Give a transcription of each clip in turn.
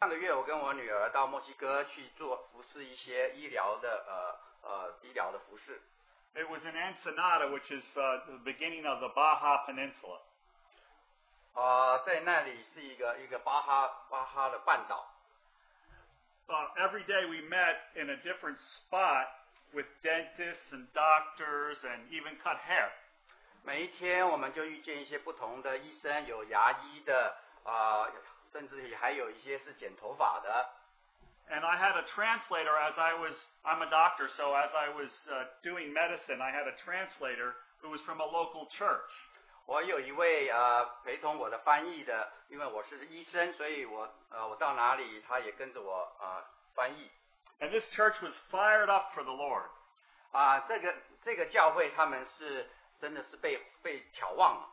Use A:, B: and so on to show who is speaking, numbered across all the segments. A: 上个月我跟我女儿到墨西哥去做服侍一些医疗的呃呃医疗的服饰，
B: It was in Ensenada, which is uh, the beginning of the Baja Peninsula.
A: 呃，在那里是一个一个巴哈巴哈的半岛，
B: Uh, every day we met in a different spot with dentists and doctors and even cut hair.
A: 每一天我们就遇见一些不同的医生，有牙医的啊、呃甚至还有一些是剪头发的。
B: And I had a translator as I was, I'm a doctor, so as I was uh, doing medicine, I had a translator who was from a local church.
A: 我有一位呃陪同我的翻译的，因为我是医生，所以我呃我到哪里他也跟着我呃翻译
B: And this church was fired up for the Lord.
A: 啊、这个这个教会他们是真的是被被眺望了，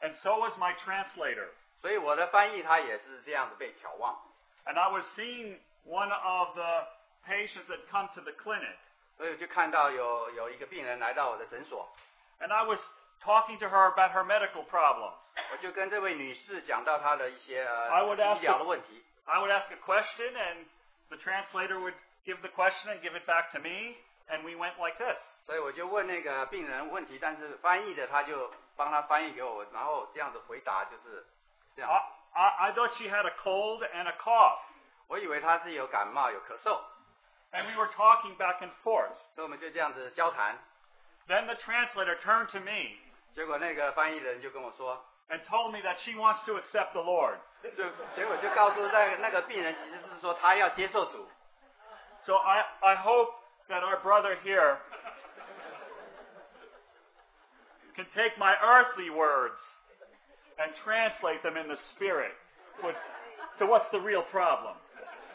B: And so was my translator.
A: 所以我的翻译他也是这样子被眺望。
B: And I was seeing one of the patients that come to the clinic.
A: 所以我就看到有有一个病人来到我的诊所，
B: And I was talking to her about her medical problems.
A: 我就跟这位女士讲到她的一些
B: I
A: 呃
B: would
A: 医
B: ask
A: 疗的问题。
B: I would ask a question, and the translator would give the question and give it back to me, and we went like this.
A: 所以我就问那个病人问题，但是翻译的他就帮他翻译给我，然后这样子回答就是这样。
B: I, I, I thought she had a cold and a cough,
A: 我以为他是有感冒有咳嗽，
B: and we were talking back and forth.
A: 所以我们就这样子交谈。
B: Then the translator turned to me
A: 结果那个翻译人就跟我说，
B: and told me that she wants to accept the Lord.
A: 就结果就告诉那个那个病人其实是说他要接受主。
B: So I, I hope that our brother here can take my earthly words and translate them in the spirit which- to what's the real problem.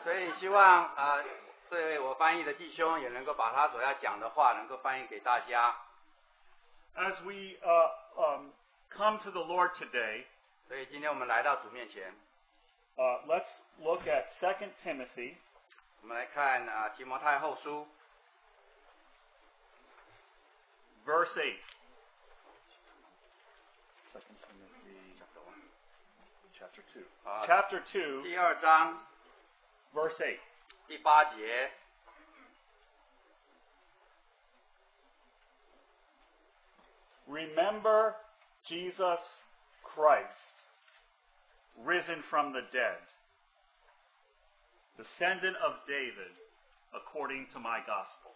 A: 所以希望啊、呃这位我翻译的弟兄也能够把他所要讲的话能够翻译给大家。
B: As we uh, um, come to the Lord today,
A: 所以今天我们来到主面前，
B: uh, let's look at 2 Timothy
A: 我们来看啊、呃提摩太后书
B: verse 8.
C: 2 Timothy chapter 2.
A: 啊、呃
B: Chapter 2,
A: 第二章
B: verse 8.
A: 第八节，
B: Remember Jesus Christ, risen from the dead, descendant of David, according to my gospel.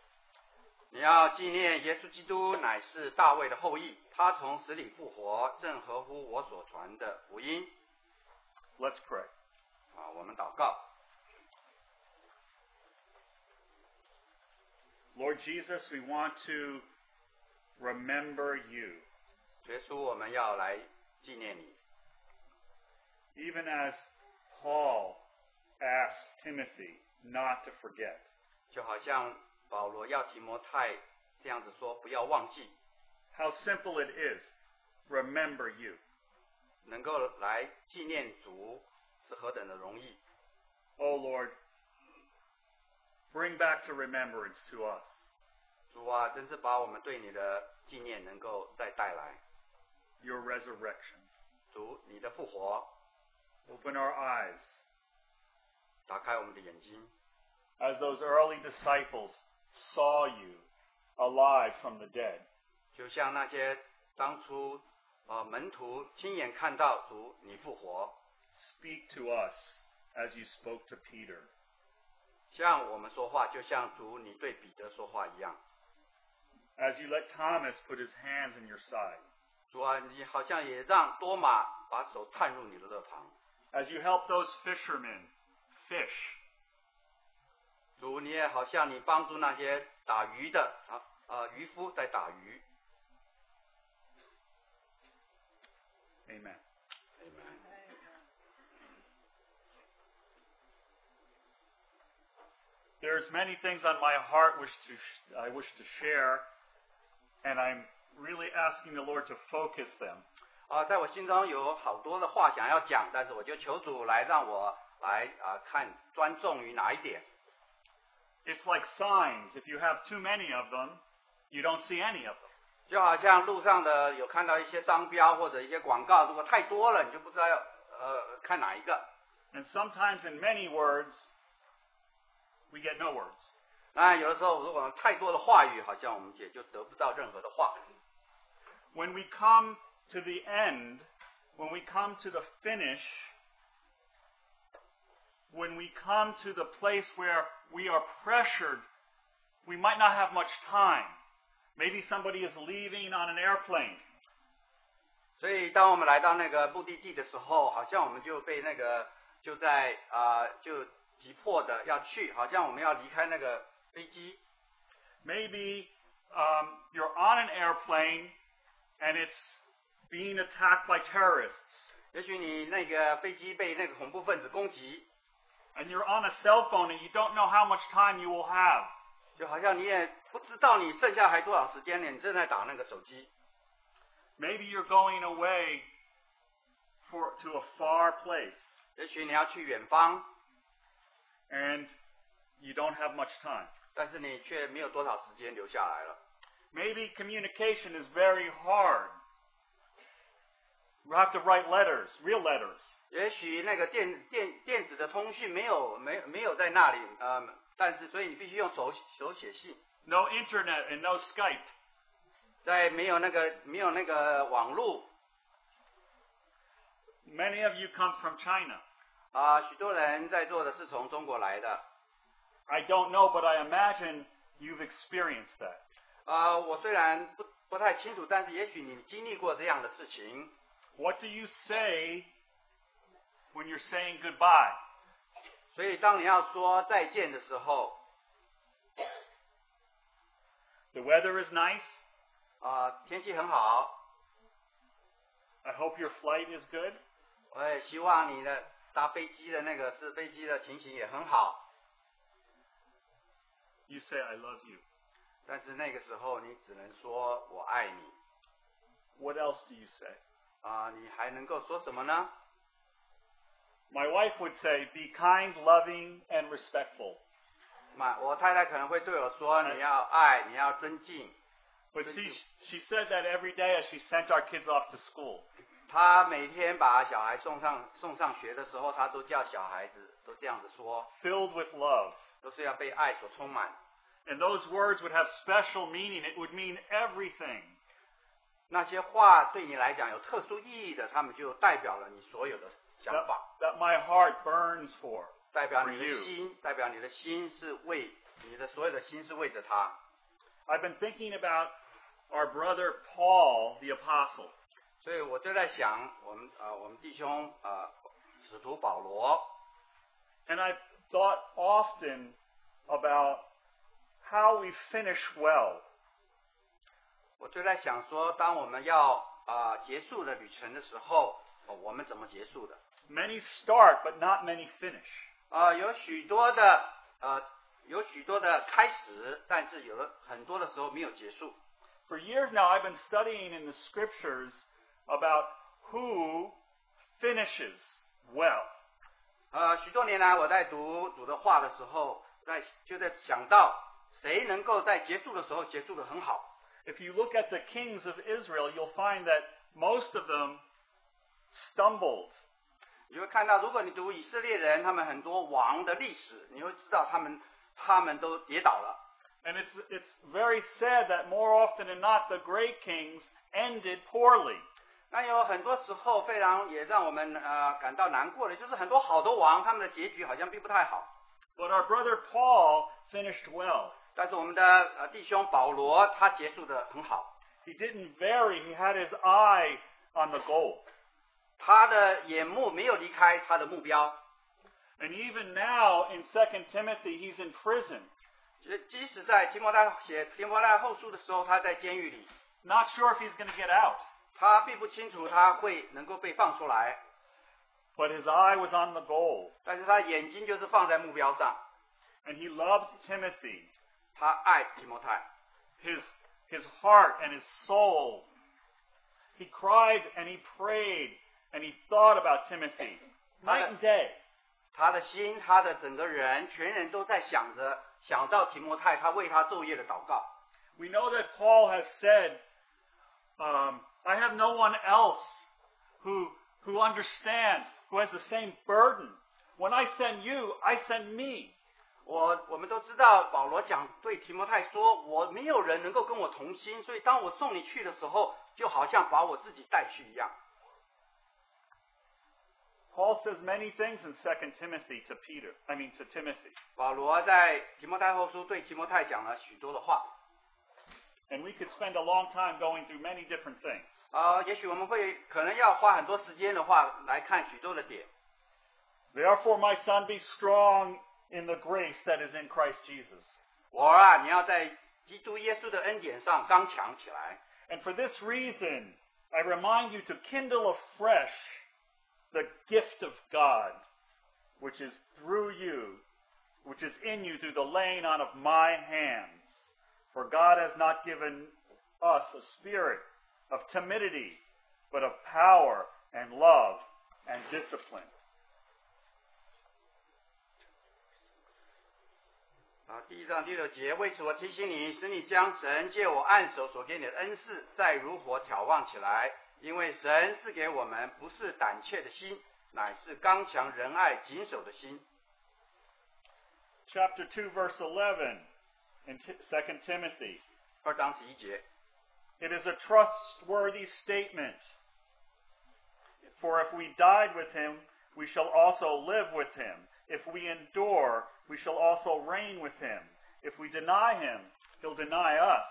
A: 你要纪念耶稣基督乃是大卫的后裔，他从死里复活，正合乎我所传的福音。
B: Let's pray.
A: 啊，我们祷告，
B: Lord Jesus, we want to remember you,
A: 耶稣，我们要来纪念你。
B: even as Paul asked Timothy not to forget.
A: 就好像保罗要提摩太这样子说，不要忘记，
B: How simple it is. Remember you.
A: 能够来纪念主是何等的容易。
B: Oh Lord, bring back to remembrance to us.
A: 主啊，真是把我们对你的纪念能够再带来。
B: your resurrection.
A: 主，你的复活，
B: Open our eyes,
A: 打开我们的眼睛，
B: as those early disciples saw you alive from the dead.
A: 就像那些当初呃门徒亲眼看到主你复活，
B: Speak to us as you spoke to Peter.
A: 像我们说话，就像主你对彼得说话一样。
B: As you let Thomas put his hands in your side.
A: 主啊，你好像也让多马把手探入你的肋旁。
B: As you help those fishermen fish.
A: 主，你也好像你帮助那些打鱼的啊呃渔夫在打鱼。
B: Amen. There's many things on my heart wish to sh- I wish to share, and I'm really asking the Lord to focus them.
A: 啊，在我心中有好多的话想要讲，但是我就求主来让我来啊看专重于哪一点。
B: It's like signs. If you have too many of them, you don't see any of them.
A: 就好像路上的有看到一些商标或者一些广告，如果太多了，你就不知道要呃看哪一个。
B: And sometimes in many words, we get no words.
A: 那有的时候，如果太多的话语，好像我们也就得不到任何的话。
B: When we come to the end, when we come to the finish, when we come to the place where we are pressured, we might not have much time. Maybe somebody is leaving on an airplane.
A: 所以，当我们来到那个目的地的时候，好像我们就被那个就在啊、就急迫的要去，好像我们要离开那个飞机。
B: Maybe um, you're on an airplane and it's being attacked by terrorists,
A: 也许你那个飞机被那个恐怖分子攻击，
B: and you're on a cell phone and you don't know how much time you will have.
A: 就好像你也不知道你剩下还多少时间呢，你正在打那个手机。
B: Maybe you're going away for, to a far place
A: 也许你要去远方，
B: and you don't have much time.
A: 但是你却没有多少时间留下来了。
B: Maybe communication is very hard. You have to write letters, real letters.
A: 也许那个电电电子的通讯没有没没有在那里，呃，但是所以你必须用手手写信，
B: No internet and no Skype.
A: 在没有那个没有那个网络
B: Many of you come from China.
A: 啊、许多人在座的是从中国来的，
B: I don't know, but I imagine you've experienced that.
A: 啊、我虽然不不太清楚，但是也许你经历过这样的事情，
B: What do you say when you're saying goodbye?
A: 所以当你要说再见的时候，
B: The weather is nice.
A: 啊、天气很好，
B: I hope your flight is good.
A: 我也希望你的搭飞机的那个是飞机的情形也很好，
B: You say, I love you.
A: 但是那个时候你只能说我爱你。
B: What else do you say?
A: 啊、你还能够说什么呢？
B: My wife would say, be kind, loving, and respectful.
A: 妈，我太太可能会对我说：“你要爱，你要尊敬。
B: But
A: Thank
B: see,
A: you.
B: she said that every day as she sent our kids off to school. ”
A: 她每天把小孩送上送上学的时候，她都叫小孩子都这样子说，
B: filled with love.
A: 都是要被爱所充满。
B: And those words would have special meaning. It would mean everything.
A: 那些话对你来讲有特殊意义的，他们就代表了你所有的想
B: That,
A: 法，
B: that my heart burns for.
A: 代表你
B: For you.
A: 的心，代表你的心是为你的所有的心是为着他。
B: I've been thinking about our brother Paul the apostle.
A: 所以我就在想，我们呃，我们弟兄呃，使徒保罗，
B: And I've thought often about how we finish well.
A: 我就在想说，当我们要啊、呃结束的旅程的时候，呃我们怎么结束的？
B: Many start, but not many finish.
A: 啊，有许多的呃，有许多的开始，但是有的很多的时候没有结束。
B: For years now, I've been studying in the scriptures about who finishes well.
A: 呃，许多年来我在读主的话的时候，在就在想到谁能够在结束的时候结束的很好。
B: If you look at the kings of Israel, you'll find that most of them stumbled.
A: 你会看到，如果你读以色列人他们很多王的历史，你会知道他们他们都跌倒了。
B: And it's, it's very sad that more often than not, the great kings ended poorly.
A: 那有很多时候非常也让我们呃感到难过的，就是很多好的王他们的结局好像并不太好。
B: But our brother Paul finished well.
A: 但是我们的呃弟兄保罗他结束的很好，
B: He didn't vary, he had his eye on the goal.
A: 他的眼目没有离开他的目标。
B: And even now in 2 Timothy, he's in prison.
A: 即即使在提摩太写提摩太后书的时候，他在监狱里，
B: Not sure if he's going to get out,
A: 他并不清楚他会能够被放出来，
B: but his eye was on the goal.
A: 但是他眼睛就是放在目标上，
B: And he loved Timothy.
A: 他爱提摩太，
B: his his heart and his soul. He cried and he prayed and he thought about Timothy night and day.
A: 他的心，他的整个人，全人都在想着想到提摩太，他为他昼夜的祷告。
B: We know that Paul has said, um, "I have no one else who who understands, who has the same burden." When I send you, I send me.
A: 我我们都知道，保罗讲对提摩太说：“我没有人能够跟我同心，所以当我送你去的时候，就好像把我自己带去一样。
B: Paul says many things in 2 Timothy to Peter, I mean to Timothy. ”
A: 保罗在提摩太后书对提摩太讲了许多的话，
B: And we could spend a long time going through many different things.
A: 呃，也许我们会可能要花很多时间的话来看许多的点。
B: Therefore, my son, be strong in the grace that is in Christ Jesus.
A: 我儿啊，你要在基督耶稣的恩典上刚强起来。
B: And for this reason, I remind you to kindle afresh the gift of God, which is through you, which is in you through the laying on of my hands. For God has not given us a spirit of timidity, but of power and love and discipline.
A: 啊，第一章第六节，为此我提醒你，使你将神借我按手所给你的恩赐，再如火眺望起来，因为神是给我们不是胆怯的心，乃是刚强仁爱谨守的心。
B: Chapter 2, verse 11 in Ti- 2 Timothy.
A: 二章十一节，
B: It is a trustworthy statement. For if we died with him, we shall also live with him. If we endure, we shall also reign with him. If we deny him, he'll deny us.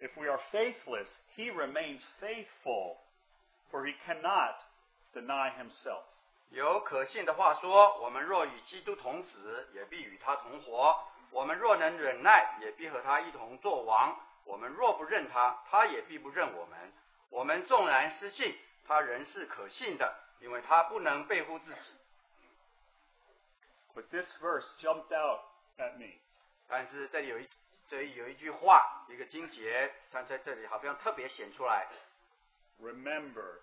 B: If we are faithless, he remains faithful, for he cannot deny himself.
A: 有可信的话说：我们若与基督同死，也必与他同活；我们若能忍耐，也必和他一同作王；我们若不认他，他也必不认我们。我们纵然失信，他仍是可信的，因为他不能背乎自己。
B: But this verse jumped out at me.
A: 但是这里有一这里有一句话，一个经节，但在这里好像特别显出来。
B: Remember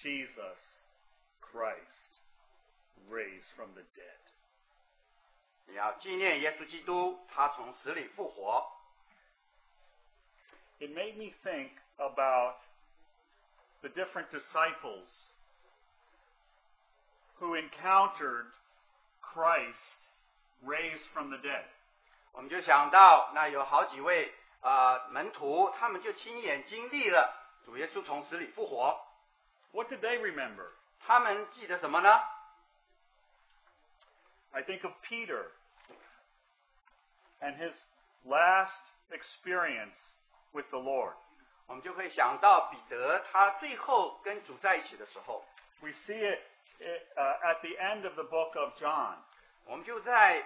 B: Jesus Christ raised from the dead.
A: 你要纪念耶稣基督，他从死里复活。
B: it made me think about the different disciples who encountered Christ raised from the dead.
A: 我们就想到，那有好几位啊、呃门徒，他们就亲眼经历了主耶稣从死里复活。
B: What did they remember?
A: 他们记得什么呢？
B: I think of Peter and his last experience with the Lord.
A: 我们就会想到彼得，他最后跟主在一起的时候，
B: We see it uh, at the end of the book of John.
A: 我们就在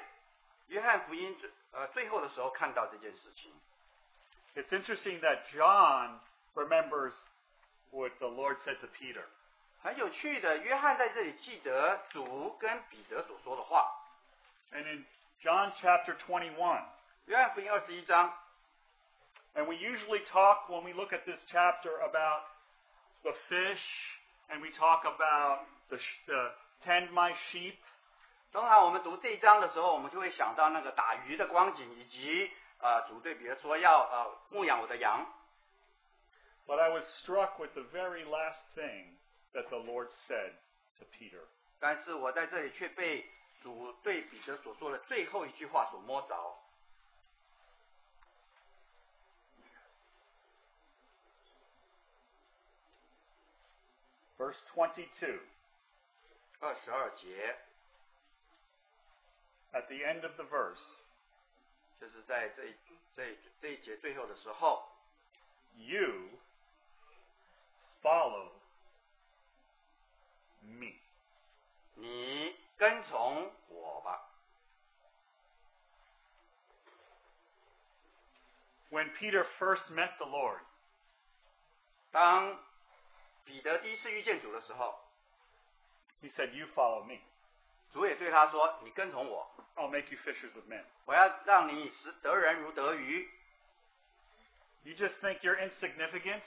A: 约翰福音最呃最后的时候看到这件事情。
B: It's interesting that John remembers what the Lord said to Peter.
A: 很有趣的，约翰在这里记得主跟彼得所说的话。
B: And in John chapter 21,
A: 约翰福音二十一章，
B: and we usually talk when we look at this chapter about the fish, and we talk about the, sh- the tend my sheep,
A: 通常我们读这一章的时候，我们就会想到那个打鱼的光景，以及呃主对彼得说要呃牧养我的羊。
B: but I was struck with the very last thing that the Lord said to Peter.
A: 但是我在这里却被主对彼得所说的最后一句话所摸着。
B: Verse 22,
A: 二十二节，
B: at the end of the verse,
A: 就是在这一这一这一节最后的时候，
B: you follow me.
A: 你跟从我吧。
B: When Peter first met the Lord,
A: 当彼得第一次遇见主的时候，
B: he said, You follow me.
A: 主也对他说：“你跟从我，
B: I'll make you fishers of men.
A: 我要让你使得人如得鱼。
B: You just think you're insignificant,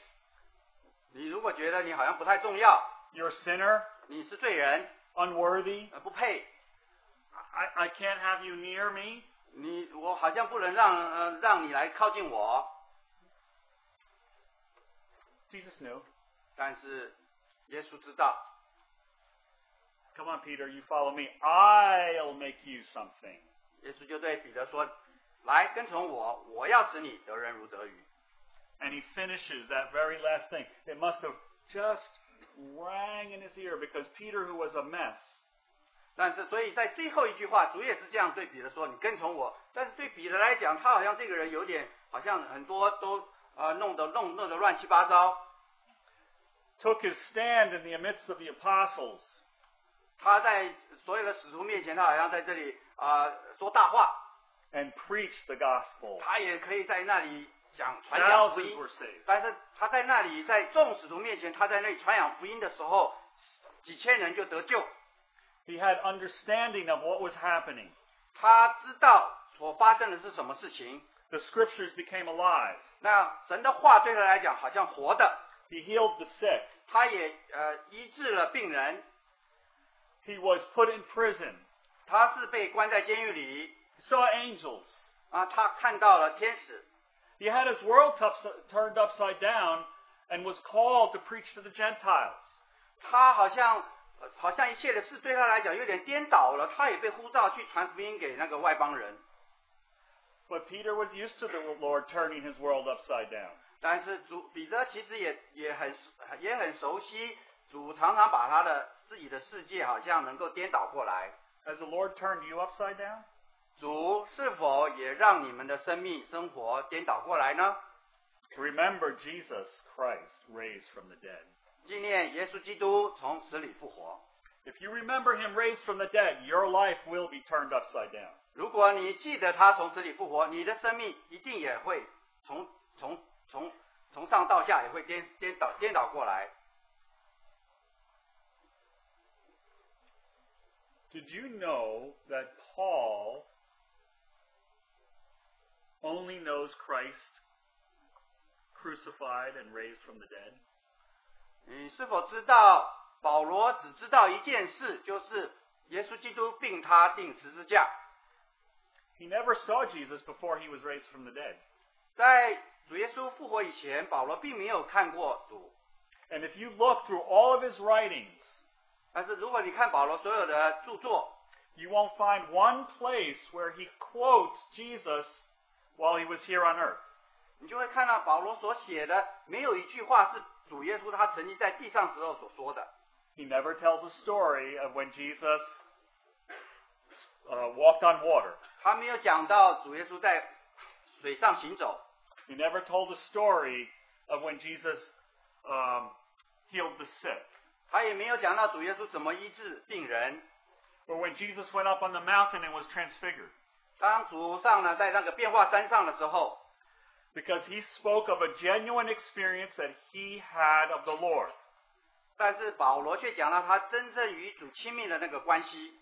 A: 你如果觉得你好像不太重要，
B: you're a sinner,
A: 你是罪人，
B: unworthy.
A: 呃，不配，
B: I, I can't have you near me.
A: 你我好像不能让呃让你来靠近我。
B: Jesus knew.
A: 但是耶稣知道，
B: Come on, Peter, you follow me. I'll make you something.
A: 耶稣就对彼得说：“来跟从我，我要使你得人如得鱼。
B: And he finishes that very last thing. It must have just rang in his ear because Peter, who was a mess, ”
A: 但是，所以在最后一句话，主也是这样对彼得说：“你跟从我。”但是对彼得来讲，他好像这个人有点，好像很多都呃弄得弄弄得乱七八糟。
B: took his stand in the midst of the apostles.
A: 他在所有的使徒面前，他好像在这里啊、呃说大话，
B: and preached the gospel.
A: 他也可以在那里讲传讲福
B: Thousands
A: 音。
B: were saved.
A: 但是他在那里，在众使徒面前，他在那里传扬福音的时候，几千人就得救。
B: He had understanding of what was happening.
A: 他知道所发生的是什么事情。
B: The scriptures became alive.
A: 那神的话对他来讲好像活的，
B: He healed the sick.
A: 他也呃医治了病人，
B: He was put in prison.
A: 他是被关在监狱里
B: He saw angels.
A: 啊，他看到了天使，
B: He had his world tups turned upside down and was called to preach to the Gentiles.
A: 他好像呃好像一切的事对他来讲有点颠倒了，他也被呼召去传福音给那个外邦人。
B: But Peter was used to the Lord turning his world upside down.
A: 但是主彼得其实也也很也很熟悉，主常常把他的自己的世界好像能够颠倒过来。
B: Has the Lord turned you upside down?
A: 主是否也让你们的生命生活颠倒过来呢？
B: Remember Jesus Christ raised from the dead.
A: 纪念耶稣基督从死里复活。
B: If you remember him raised from the dead, your life will be turned upside down.
A: 如果你记得他从死里复活，你的生命一定也会从从从从上到下也会颠颠倒颠倒过来。
B: Did you know that Paul only knows Christ crucified and raised from the dead?
A: 你是否知道保罗只知道一件事，就是耶稣基督并他定十字架。
B: He never saw Jesus before he was raised from the dead.
A: 在主耶稣复活以前，保罗并没有看过主。
B: And if you look through all of his writings,
A: 但是如果你看保罗所有的著作，
B: you won't find one place where he quotes Jesus while he was here on earth.
A: 你就会看到保罗所写的没有一句话是主耶稣他曾经在地上时候所说的。
B: He never tells a story of when Jesus uh, walked on water.
A: 他没有讲到主耶稣在水上行走，
B: He never told a story of when Jesus um, healed the sick,
A: 他也没有讲到主耶稣怎么医治病人。
B: or when Jesus went up on the mountain and was transfigured,
A: 当主上呢在那个变化山上的时候，
B: because he spoke of a genuine experience that he had of the Lord.
A: 但是保罗却讲到他真正与主亲密的那个关系，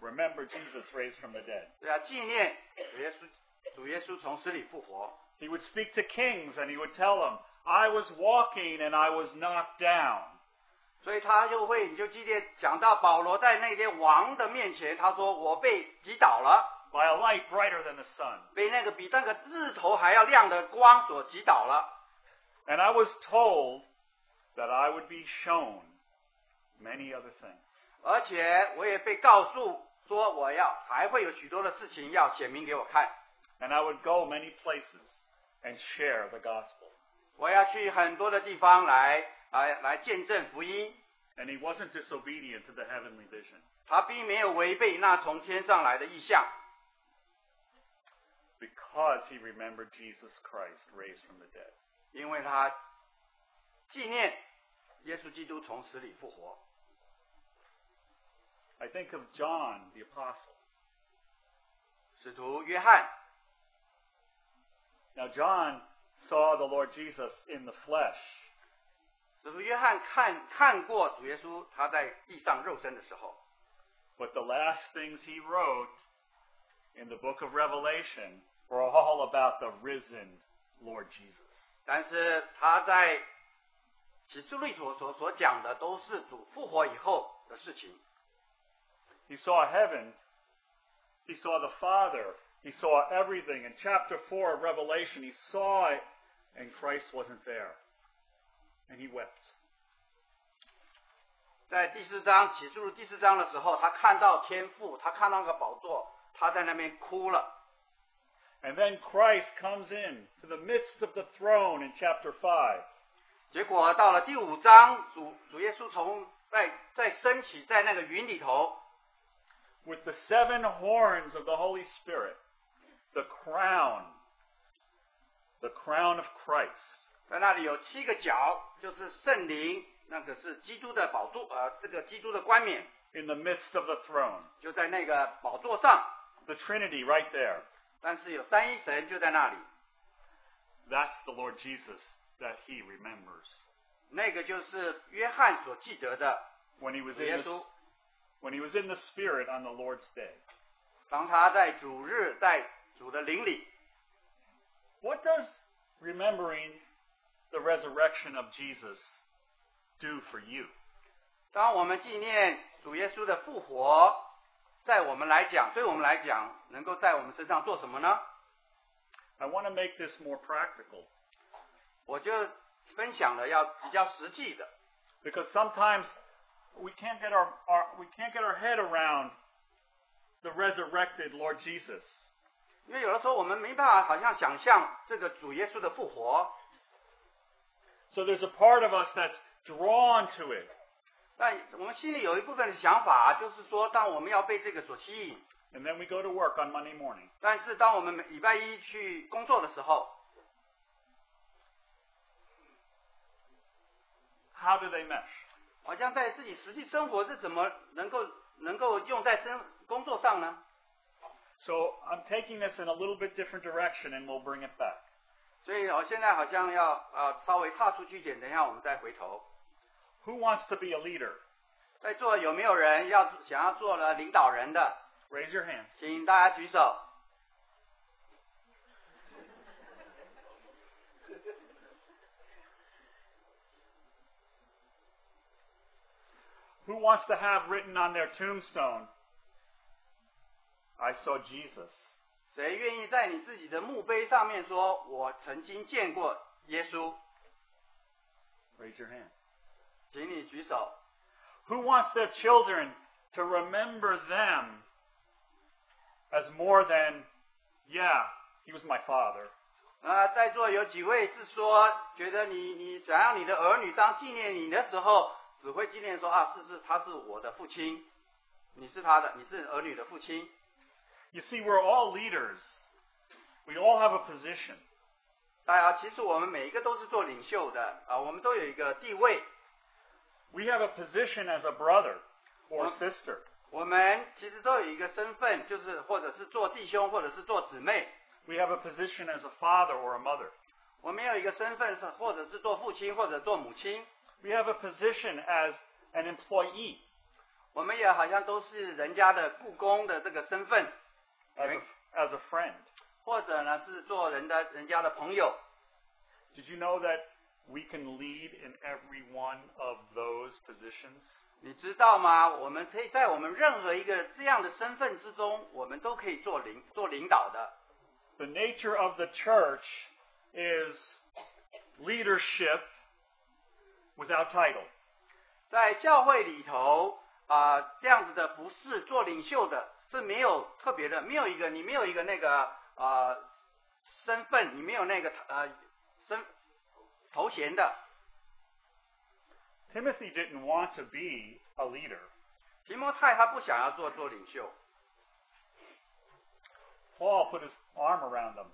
B: Remember Jesus raised from the dead.
A: 对啊，纪念主耶稣，主耶稣从死里复活。
B: He would speak to kings and he would tell them, I was walking and I was knocked down.
A: 所以他就会，你就记得讲到保罗在那些王的面前，他说我被击倒了，
B: By a light brighter than the sun.
A: 被那个比那个日头还要亮的光所击倒了。
B: And I was told that I would be shown many other things.
A: 而且我也被告诉说我要还会有许多的事情要显明给我看，
B: And I would go many places and share the gospel.
A: 我要去很多的地方来来来见证福音。
B: And he wasn't disobedient to the heavenly vision
A: 他并没有违背那从天上来的意象，
B: because he remembered Jesus Christ raised from the dead.
A: 因为他纪念耶稣基督从死里复活。
B: I think of John the apostle.
A: 使徒约翰
B: Now John saw the Lord Jesus in the flesh,
A: 使徒约翰看看过主耶稣他在地上肉身的时候，
B: but the last things he wrote in the book of Revelation were all about the risen Lord Jesus.
A: 但是他在启示录所所所讲的都是主复活以后的事情。
B: He saw heaven. He saw the Father. He saw everything. In chapter 4 of Revelation, he saw it, and Christ wasn't there. And he wept.
A: 在第四章启示录第四章的时候，他看到天父，他看到那个宝座，他在那边哭了。
B: And then Christ comes in to the midst of the throne in chapter 5.
A: 结果到了第五章，主主耶稣从在在升起在那个云里头，
B: with the seven horns of the Holy Spirit, the crown, the crown of Christ.
A: 在那里有七个角，就是圣灵，那个是基督的宝座，呃，这个基督的冠冕
B: In the midst of the throne,
A: 就在那个宝座上，
B: the Trinity right there.
A: 但是有三一神就在那里，
B: That's the Lord Jesus that he remembers.
A: 那个就是约翰所记得的
B: When he was
A: 主
B: in
A: 耶
B: the,
A: 稣。
B: when he was in the Spirit on the Lord's day.
A: 当他在主日在主的灵里，
B: What does remembering the resurrection of Jesus do for you?
A: 当我们纪念主耶稣的复活，在我们来讲，对我们来讲，能够在我们身上做什么呢？
B: I want to make this more practical
A: 我就分享了要比较实际的，
B: because sometimes we can't get our, our we can't get our head around the resurrected Lord Jesus.
A: 因为有的时候我们没办法，好像想象这个主耶稣的复活，
B: So there's a part of us that's drawn to it,
A: 但我们心里有一部分的想法，就是说，当我们要被这个所吸引，
B: and then we go to work on Monday morning.
A: 但是当我们每礼拜一去工作的时候，
B: How do they mesh?
A: 好像在自己实际生活是怎么能够能够用在生工作上呢？
B: So I'm taking this in a little bit different direction, and we'll bring it back.
A: 所以我现在好像要呃稍微岔出去一点，等一下我们再回头。
B: Who wants to be a leader?
A: 在座有没有人要想要做了领导人的？
B: Raise your hands.
A: 请大家举手。
B: Who wants to have written on their tombstone, "I saw Jesus"?
A: 谁愿意在你自己的墓碑上面说“我曾经见过耶稣
B: Raise your hand."？”
A: 请你举手。
B: Who wants their children to remember them as more than, yeah, he was my father?
A: 啊，在座有几位是说，觉得你你想让你的儿女当纪念你的时候，只会纪念说啊，是是，他是我的父亲，你是他的，你是儿女的父亲。
B: You see, we're all leaders. We all have a position.
A: 大家，哎其实我们每一个都是做领袖的啊，我们都有一个地位。
B: We have a position as a brother or
A: Well-
B: sister.
A: 我们其实都有一个身份，就是或者是做弟兄，或者是做姊妹。
B: We have a position as a father or a mother.
A: 我们有一个身份是，或者是做父亲，或者做母亲。
B: We have a position as an employee,
A: 我们也好像都是人家的雇工的这个身份，
B: as
A: Right.
B: a, as a friend.
A: 或者呢是做人的人家的朋友。
B: Did you know that we can lead in every one of those positions?
A: 你知道吗？我们可以在我们任何一个这样的身份之中，我们都可以做领做领导的。
B: the nature of the church is leadership without title.
A: 在教会里头啊、这样子的服饰做领袖的是没有特别的，没有一个你没有一个那个呃身份，你没有那个呃身头衔的。
B: Timothy didn't want to be a leader.
A: 提摩太他不想要做做领袖
B: Paul put his arm around him.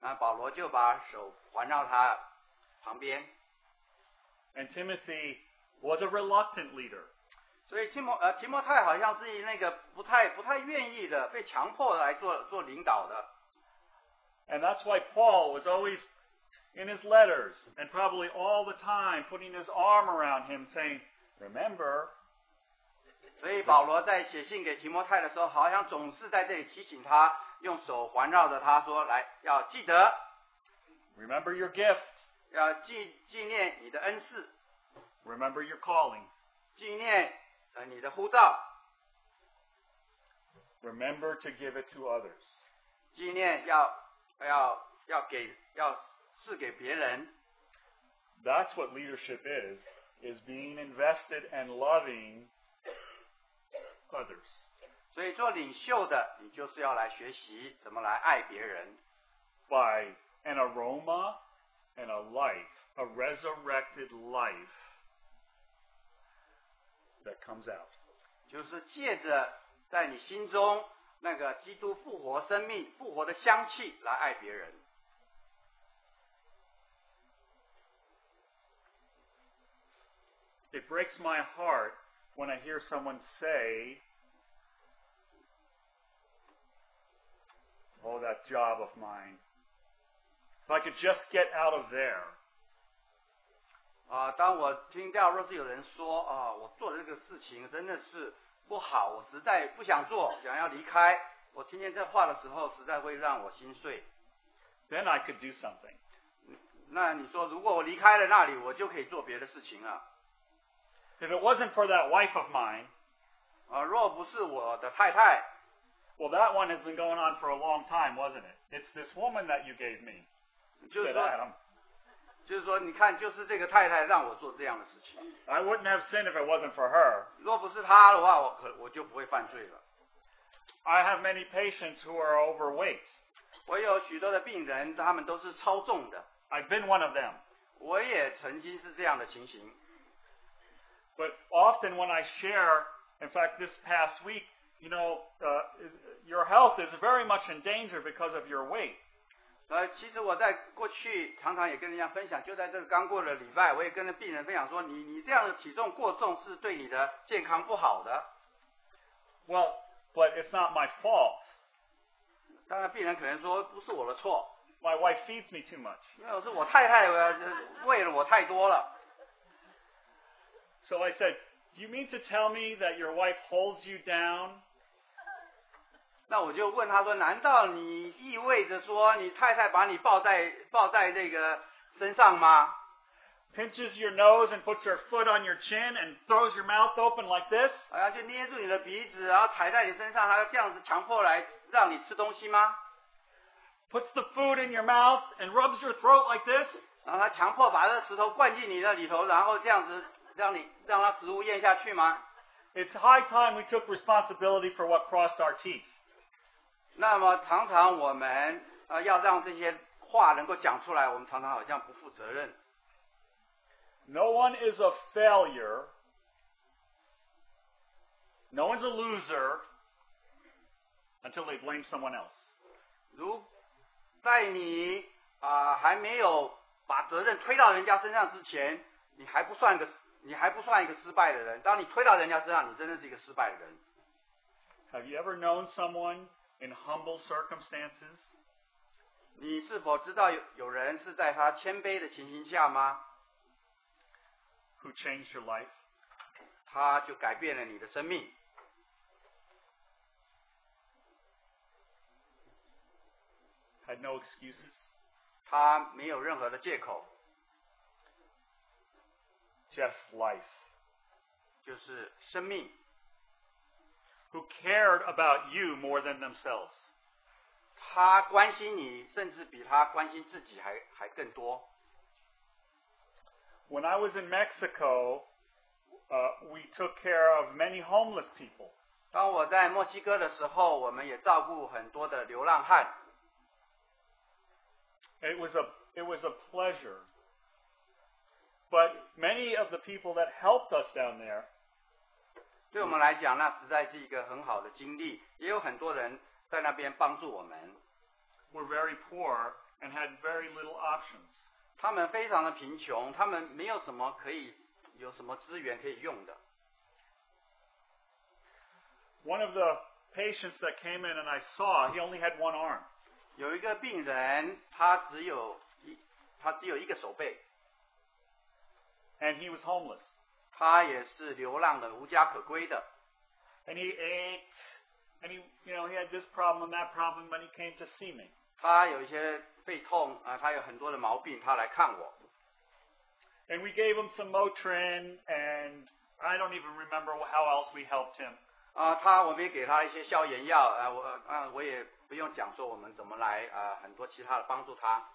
A: 那保罗就把手环绕他旁边。
B: And Timothy was a reluctant leader.
A: 所以提摩呃提摩太好像是那个不太不太愿意的，被强迫来做做领导的。
B: And that's why Paul was always in his letters and probably all the time putting his arm around him saying, Remember,
A: 所以保罗在写信给提摩太的时候，好像总是在这里提醒他，用手环绕着他说：“来，要记得，
B: remember your gift,
A: 要纪纪念你的恩赐，
B: remember your calling,
A: 纪念呃你的护照，
B: remember to give it to others.
A: 纪念要要要给要赐给别人。
B: That's what leadership is is being invested and loving others.
A: 所以做领袖的，你就是要来学习怎么来爱别人，
B: by an aroma and a life, a resurrected life that comes out.
A: 就是借着在你心中那个基督复活生命、复活的香气来爱别人。
B: It breaks my heart when I hear someone say, Oh, that job of mine. If I could just get out of there.
A: 啊、当我听到若是有人说啊、我做的这个事情真的是不好，我实在不想做，想要离开，我听见这话的时候，实在会让我心碎。
B: Then I could do something.
A: 那你说，如果我离开了那里，我就可以做别的事情啊了。
B: If it wasn't for that wife of mine,
A: 啊、若不是我的太太，
B: well, that one has been going on for a long time, wasn't it? It's this woman that you gave me,
A: 就是
B: said
A: 说，
B: Adam.
A: 就是说，你看，就是这个太太让我做这样的事情。
B: I wouldn't have sinned if it wasn't for her.
A: 若不是她的话，我可我就不会犯罪了。
B: I have many patients who are overweight.
A: 我有许多的病人，他们都是超重的，
B: I've been one of them.
A: 我也曾经是这样的情形。
B: But often when I share, in fact, this past week, you know, uh, your health is very much in danger because of your weight.
A: 呃，其实我在过去常常也跟人家分享，就在这个刚过的礼拜，我也跟着病人分享说，你你这样的体重过重是对你的健康不好的。
B: Well, but it's not my fault.
A: 当然，病人可能说不是我的错，
B: My wife feeds me too much.
A: 因为我是我太太呃喂了我太多了。
B: So I said, Do you mean to tell me that your wife holds you down?
A: 那我就问他说，难道你意味着说你太太把你抱在抱在这个身上吗？
B: Pinches your nose and puts her foot on your chin and throws your mouth open like this?
A: 好像就捏住你的鼻子，然后踩在你身上，还要这样子强迫来让你吃东西吗？
B: Puts the food in your mouth and rubs your throat like this?
A: 然后他强迫把这个石头灌进你的里头，然后这样子让你让他食物咽下去吗？
B: It's high time we took responsibility for what crossed our teeth.
A: 那么常常我们啊、呃要让这些话能够讲出来，我们常常好像不负责任。
B: No one is a failure. No one's a loser until they blame someone else.
A: 如在你啊、呃还没有把责任推到人家身上之前，你还不算个你还不算一个失败的人。当你推到人家身上，你真的是一个失败的人。
B: Have you ever known someone in humble circumstances?
A: 你是否知道有有人是在他谦卑的情形下吗？
B: who changed your life?
A: 他就改变了你的生命。
B: Had no excuses.
A: 他没有任何的借口，
B: Just life.
A: 就是生命。
B: Who cared about you more than themselves.
A: 他关心你，甚至比他关心自己还还更多。
B: When I was in Mexico, uh, we took care of many homeless people.
A: 当我在墨西哥的时候，我们也照顾很多的流浪汉，
B: It was a it was a pleasure. But many of the people that helped us down there,
A: 对我们来讲，那实在是一个很好的经历。也有很多人在那边帮助我们，
B: were very poor and had very little options.
A: 他们非常的贫穷，他们没有什么可以有什么资源可以用的。
B: One of the patients that came in and I saw, he only had one arm.
A: 有一个病人，他只有一他只有一个手背，
B: and he was homeless.
A: 他也是流浪的，无家可归的。
B: And he ate, and he, you know, he had this problem and that problem when he came to see me.
A: 他有一些背痛啊，他有很多的毛病，他来看我。
B: And we gave him some Motrin, and I don't even remember how else we helped him.
A: 啊，他我们也给他一些消炎药，啊，我啊我也不用讲说我们怎么来啊，很多其他的帮助他。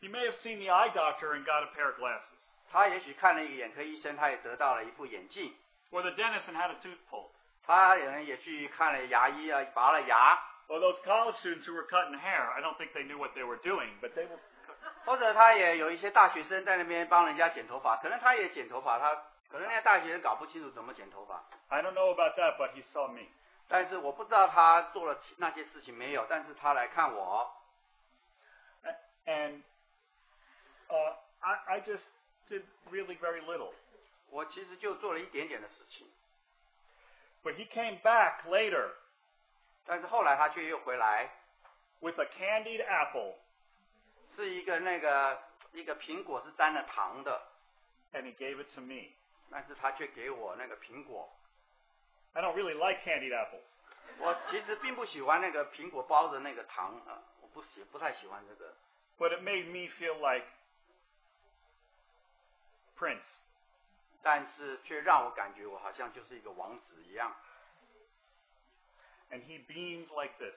B: He may have seen the eye doctor and got a pair of glasses.
A: 他也许看了一个眼科医生，他也得到了一副眼镜；
B: Or the dentist and had a tooth pulled.
A: 他可能也去看了牙医啊，拔了牙；
B: Or those college students who were cutting hair. I don't think they knew what they were doing, but they were.
A: 或者他也有一些大学生在那边帮人家剪头发，可能他也剪头发，他可能那些大学生搞不清楚怎么剪头发。
B: I don't know about that, but he saw me.
A: 但是我不知道他做了那些事情没有，但是他来看我，
B: And uh, I, I just did really very little.
A: 我其实就做了一点点的事情。
B: But he came back later
A: 但是后来他却又回来，
B: with a candied apple,
A: 是一个那个一个苹果是沾了糖的，
B: and he gave it to me.
A: 但是他却给我那个苹果。
B: I don't really like candied apples.
A: 我其实并不喜欢那个苹果包的那个糖啊、呃我不喜不太喜欢这个。
B: But it made me feel like Prince.
A: 但是却让我感觉我好像就是一个王子一样。
B: And he beamed like this.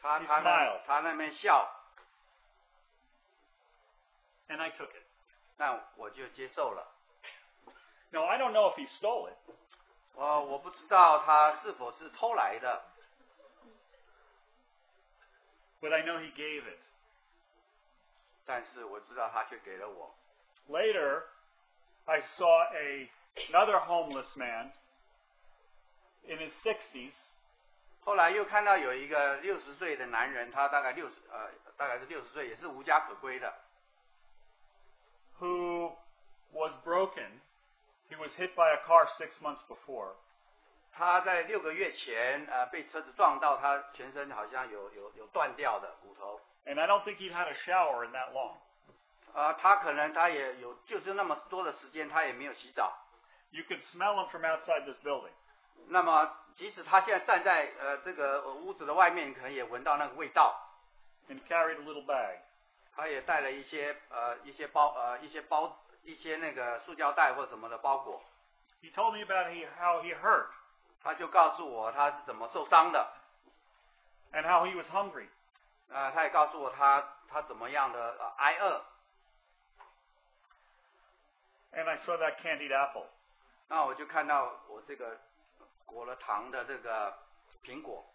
A: 他
B: He
A: 他那
B: smiled.
A: 他那边笑，
B: And I took it.
A: 那我就接受了。
B: Now, I don't know if he stole it,
A: 哦我我不知道他是否是偷来的，
B: but I know he gave it.
A: 但是我知道他却给了我。
B: Later, I saw a, another homeless man in his 60s,
A: 后来又看到有一个六十岁的男人，他大概六十呃，大概是六十岁，也是无家可归的。
B: who was broken. He was hit by a car six months before.
A: 他在六个月前呃被车子撞到，他全身好像有有有断掉的骨头。
B: And I don't think he'd had a shower in that long.
A: 啊，他可能他也有就是那么多的时间，他也没有洗澡。
B: You could smell him from outside this building.
A: 那么即使他现在站在呃这个呃屋子的外面，你可能也闻到那个味道。
B: and carried a little bag.
A: 他也带了一些呃一些包呃一些包一些那个塑胶袋或什么的包裹。
B: He told me about he, how he hurt
A: 他就告诉我他是怎么受伤的，
B: and how he was hungry.
A: 呃，他也告诉我他他怎么样的、呃、挨饿。
B: And I saw that candied apple.
A: 那我就看到我这个裹了糖的这个苹果，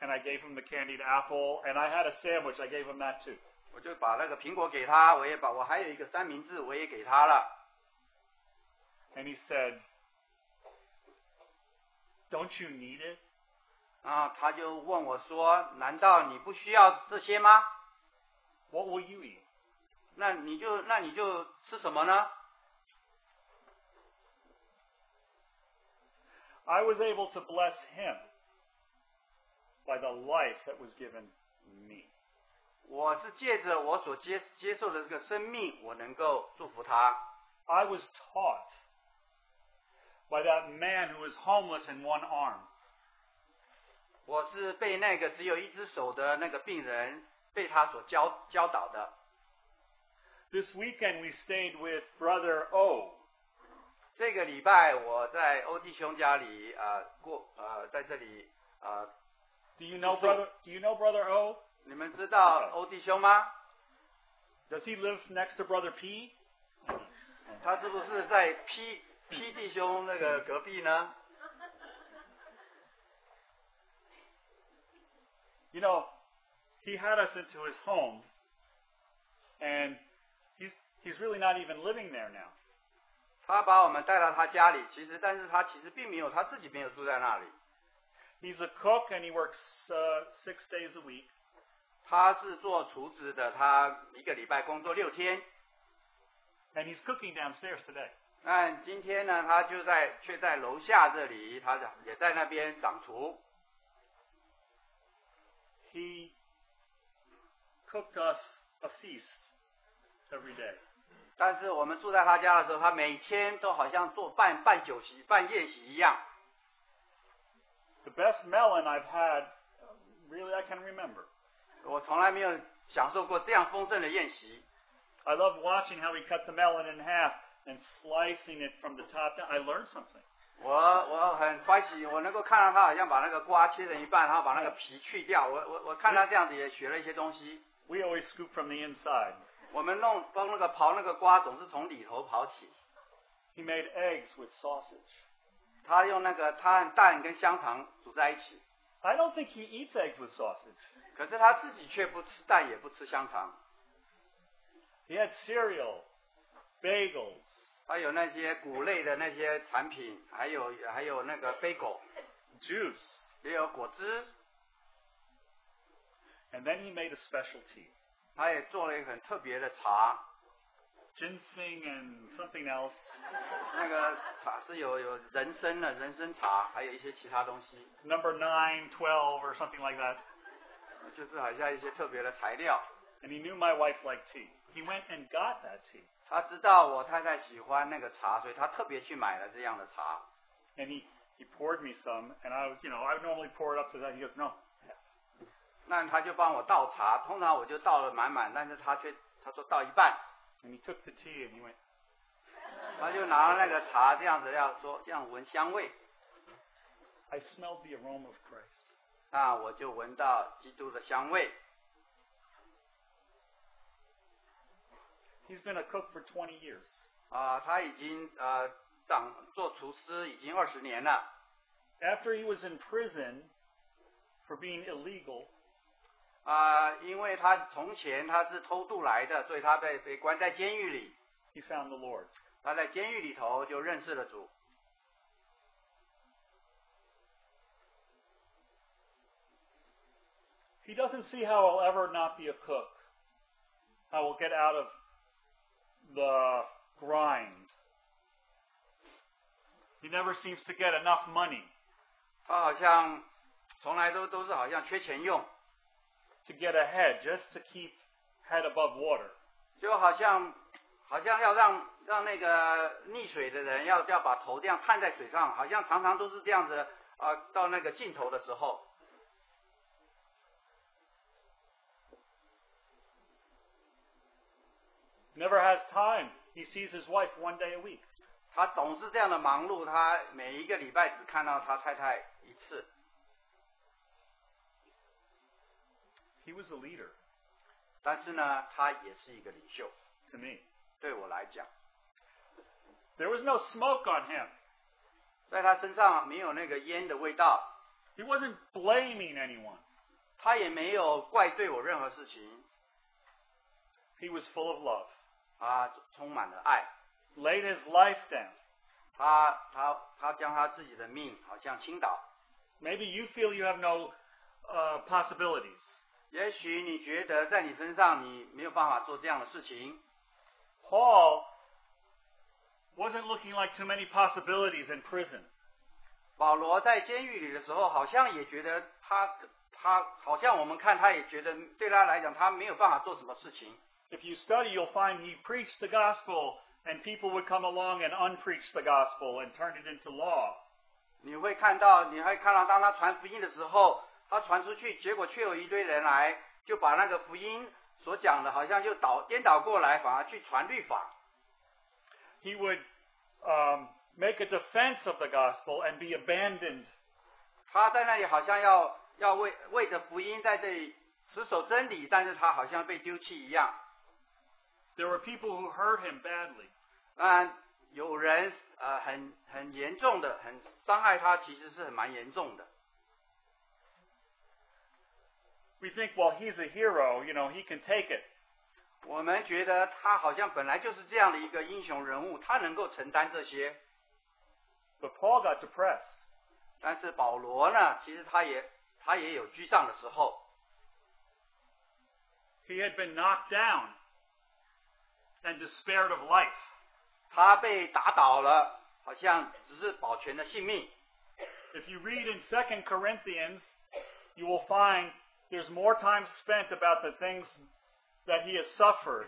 B: And I gave him the candied apple, and I had a sandwich. I gave him that too.
A: 我就把那个苹果给他，我也把我还有一个三明治我也给他了。
B: And he said, Don't you need it?
A: 啊，他就问我说：“难道你不需要这些吗？
B: What will you eat?
A: 那你就那你就吃什么呢
B: I was able to bless him by the life that was given me.？”
A: 我是借着我所接接受的这个生命，我能够祝福他。
B: I was taught by that man who was homeless in one arm
A: 我是被那个只有一只手的那个病人被他所教教导的。
B: This weekend we stayed with Brother O,
A: 这个礼拜我在欧弟兄家里呃过呃在这里呃，
B: Do you know brother? Do you know brother O?
A: 你们知道欧弟兄吗？
B: Does he live next to brother P?
A: 他是不是在 P P 弟兄那个隔壁呢？
B: You know, he had us into his home, and he's he's really not even living there now.
A: 他把我们带到他家里，其实但是他其实并没有他自己没有住在那里，
B: He's a cook and he works uh, six days a week.
A: 他是做厨子的，他一个礼拜工作六天。
B: And he's cooking downstairs today.
A: 那今天呢，他就在却在楼下这里，他也在那边掌厨。
B: He cooked us a feast every day.
A: 但是我们住在他家的时候，他每天都好像做办办酒席、办宴席一样。
B: The best melon I've had, uh, really, I can remember.
A: 我从来没有享受过这样丰盛的宴席。
B: I love watching how he cut the melon in half and slicing it from the top down. I learned something.
A: 我我很欢喜，我能够看到他好像把那个瓜切成一半，然后把那个皮去掉。我我我看他这样子也学了一些东西。
B: We always scoop from the inside.
A: 我们弄帮那个刨那个瓜，总是从里头刨起。
B: He made eggs with sausage.
A: 他用那个他和蛋跟香肠煮在一起，
B: I don't think he eats eggs with sausage.
A: 可是他自己却不吃蛋，也不吃香肠。
B: He had cereal, bagels.
A: 还有那些谷类的那些产品，还有还有那个 bagel，
B: juice.
A: 也有果汁，
B: And then he made a specialty
A: 他也做了一个很特别的茶，
B: ginseng and something else.
A: 那个茶是有有人参的人参茶，还有一些其他东西，
B: Number 9, 12, or something like that.
A: 就是好像一些特别的材料。
B: And he knew my wife liked tea. He went and got that tea.
A: 他知道我太太喜欢那个茶，所以他特别去买了这样的茶。
B: And he, he poured me some. And I was, you know, I would normally pour it up to that. He goes, no.
A: 那他就帮我倒茶，通常我就倒了满满，但是他却他说倒一半，
B: And he took the tea and he went,
A: 他就拿了那个茶这样子要说这样闻香味，
B: I smelled the aroma of Christ.
A: 那我就闻到基督的香味。
B: He's been a cook for 20 years.
A: 啊、他已经呃长做厨师已经二十年了。
B: After he was in prison for being illegal,
A: 啊、因为他从前他是偷渡来的，所以他被被关在监狱里。
B: he found the Lord.
A: 他在监狱里头就认识了主。
B: He doesn't see how I'll ever not be a cook, how I'll get out of the grind. He never seems to get enough money
A: 他好像从来都都是好像缺钱用，
B: to get ahead, just to keep head above water.
A: 就好像好像要让让那个溺水的人要要把头这样探在水上，好像常常都是这样子啊、到那个尽头的时候，
B: Never has time. He sees his wife one day a week.
A: 他总是这样的忙碌，他每一个礼拜只看到他太太一次。
B: He was a leader
A: 但是呢，他也是一个领袖，
B: to me.
A: 对我来讲，
B: There was no smoke on him.
A: 在他身上没有那个烟的味道，
B: He wasn't blaming anyone.
A: 他也没有怪罪我任何事情
B: He was full of love.
A: 啊，充满了爱。
B: Laid his life down.
A: 他他他将他自己的命好像倾倒。
B: Maybe you feel you have no uh, possibilities.
A: 也许你觉得在你身上你没有办法做这样的事情，
B: Paul wasn't looking like too many possibilities in prison.
A: 保罗在监狱里的时候，好像也觉得他他好像我们看他也觉得对他来讲他没有办法做什么事情。
B: If you study, you'll find he preached the gospel, and people would come along and unpreach the gospel and turn it into law.
A: 你会看到，你会看到，当他传福音的时候，他传出去，结果却有一堆人来，就把那个福音所讲的，好像就倒颠倒过来，反而去传律法。
B: He would um, make a defense of the gospel and be abandoned.
A: 他在那里好像要要为为着福音在这里持守真理，但是他好像被丢弃一样。
B: There were people who hurt him badly.
A: 当然，有人呃很很严重的，很伤害他，其实是很蛮严重的。
B: We think, well, he's a hero, you know, he can take it.
A: 我们觉得他好像本来就是这样的一个英雄人物，他能够承担这些。
B: But Paul got depressed.
A: 但是保罗呢，其实他也他也有沮丧的时候，
B: He had been knocked down and despaired of life.
A: 他被打倒了，好像只是保全了性命。
B: If you read in 2 Corinthians, you will find there's more time spent about the things that he has suffered.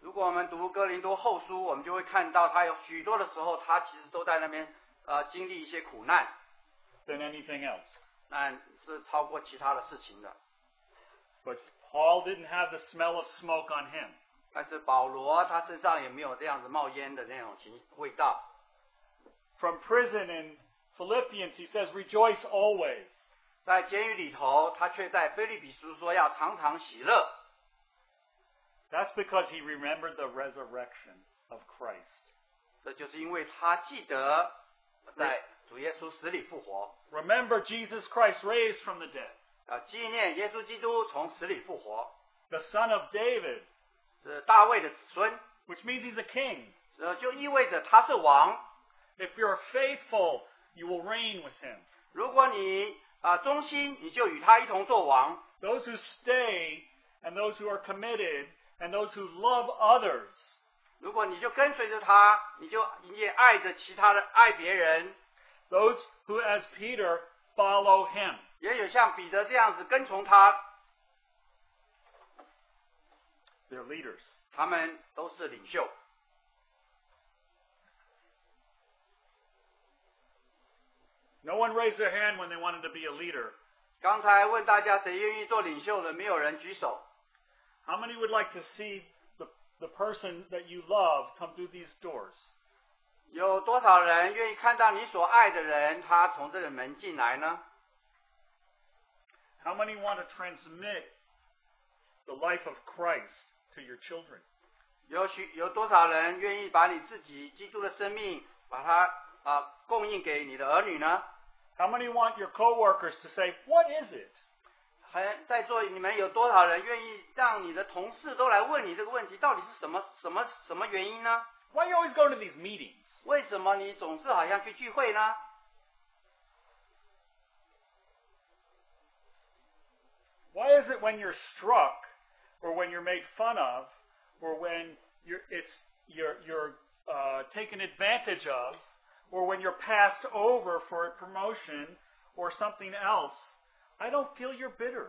A: 如果我们读哥林多后书，我们就会看到他有许多的时候，他其实都在那边呃经历一些苦难，
B: than anything else.
A: 那是超过其他的事情的。
B: But Paul didn't have the smell of smoke on him.
A: 但是保罗他身上也没有这样子冒烟的那种情味道。
B: From prison in Philippians, he says, Rejoice always.
A: 在监狱里头，他却在菲利比书说要常常喜乐。
B: That's because he remembered the resurrection of Christ.
A: 这就是因为他记得在主耶稣死里复活，
B: Remember Jesus Christ raised from the dead,
A: 啊，纪念耶稣基督从死里复活，
B: the son of David,
A: 是大卫的子孙，
B: which means he's a king.
A: 这就意味着他是王。
B: If you're faithful, you will reign with him.
A: 如果你啊、忠心，你就与他一同做王。
B: Those who stay and those who are committed and those who love others,
A: 如果你就跟随着他，你就你也爱着其他的爱别人，
B: those who, as Peter, follow him.
A: 也有像彼得这样子跟从他，
B: They're leaders.
A: 他们都是领袖。
B: No one raised their hand when they wanted to be a leader.
A: 刚才问大家谁愿意做领袖的，没有人举手。
B: How many would like to see the, the person that you love come through these doors?
A: 有多少人愿意看到你所爱的人他从这个门进来呢？
B: How many want to transmit the life of Christ to your children?
A: 有许有多少人愿意把你自己基督的生命把它啊、供应给你的儿女呢？
B: How many want your coworkers to say, "What is it?"
A: 还在座你们有多少人愿意让你的同事都来问你这个问题，到底是什么什么什么原因呢？
B: Why are you always going to these meetings?
A: 为什么你总是好像去聚会呢？
B: Why is it when you're struck or when you're made fun of or when you're it's you're you're uh, taken advantage of or when you're passed over for a promotion or something else, I don't feel you're bitter.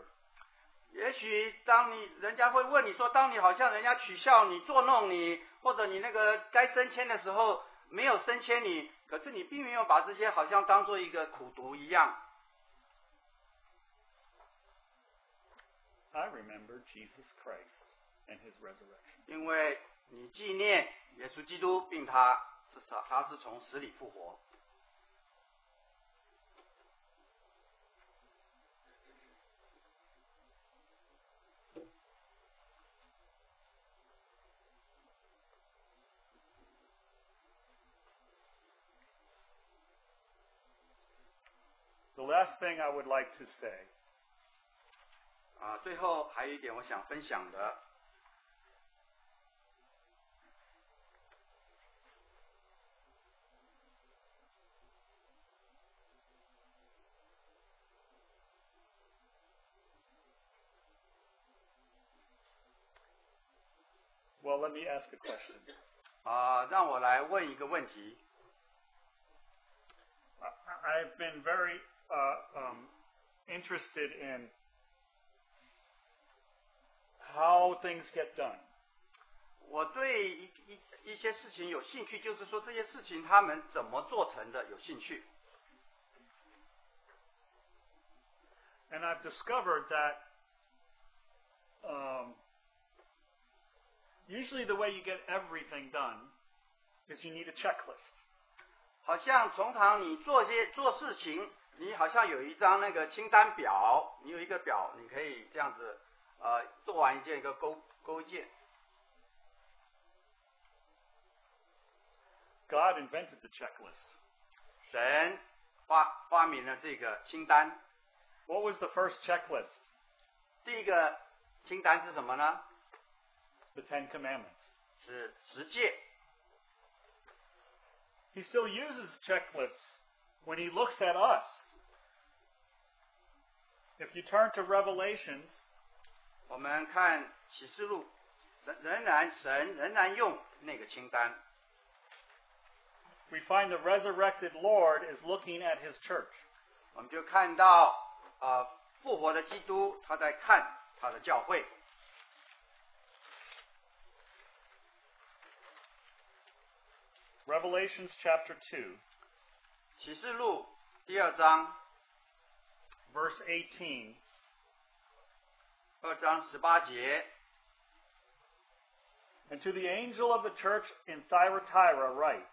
A: 也许当你人家会问你说，当你好像人家取笑你、捉弄你，或者你那个该升迁的时候没有升迁你，可是你并没有把这些好像当做一个苦读一样。
B: I remember Jesus Christ and his resurrection.
A: 因为你纪念耶稣基督，并他是他他是从死里复活。
B: The last thing I would like to say
A: 啊，最后还有一点我想分享的，
B: Well, let me ask a question.
A: 啊，让我来问一个问题。
B: I- I've been very uh, um, interested in how things get done.
A: 我对一一一些事情有兴趣，就是说这些事情他们怎么做成的有兴趣。
B: And I've discovered that um, usually the way you get everything done is you need a checklist.
A: 好像通常你做些做事情，你好像有一张那个清单表，你有一个表，你可以这样子，呃，做完一件一个勾勾践。
B: God invented the checklist.
A: 神发发明了这个清单，
B: What was the first checklist?
A: 第一个清单是什么呢？
B: The Ten Commandments.
A: 是十诫。
B: He still uses checklists when he looks at us. If you turn to Revelations,
A: 我们看启示录，神仍然神仍然用那个清单。
B: we find the resurrected Lord is looking at his church.
A: 我们就看到呃复活的基督，他在看他的教会。
B: Revelations chapter 2,
A: 启示录第二章
B: verse 18.
A: 二章十八节，
B: And to the angel of the church in Thyatira write,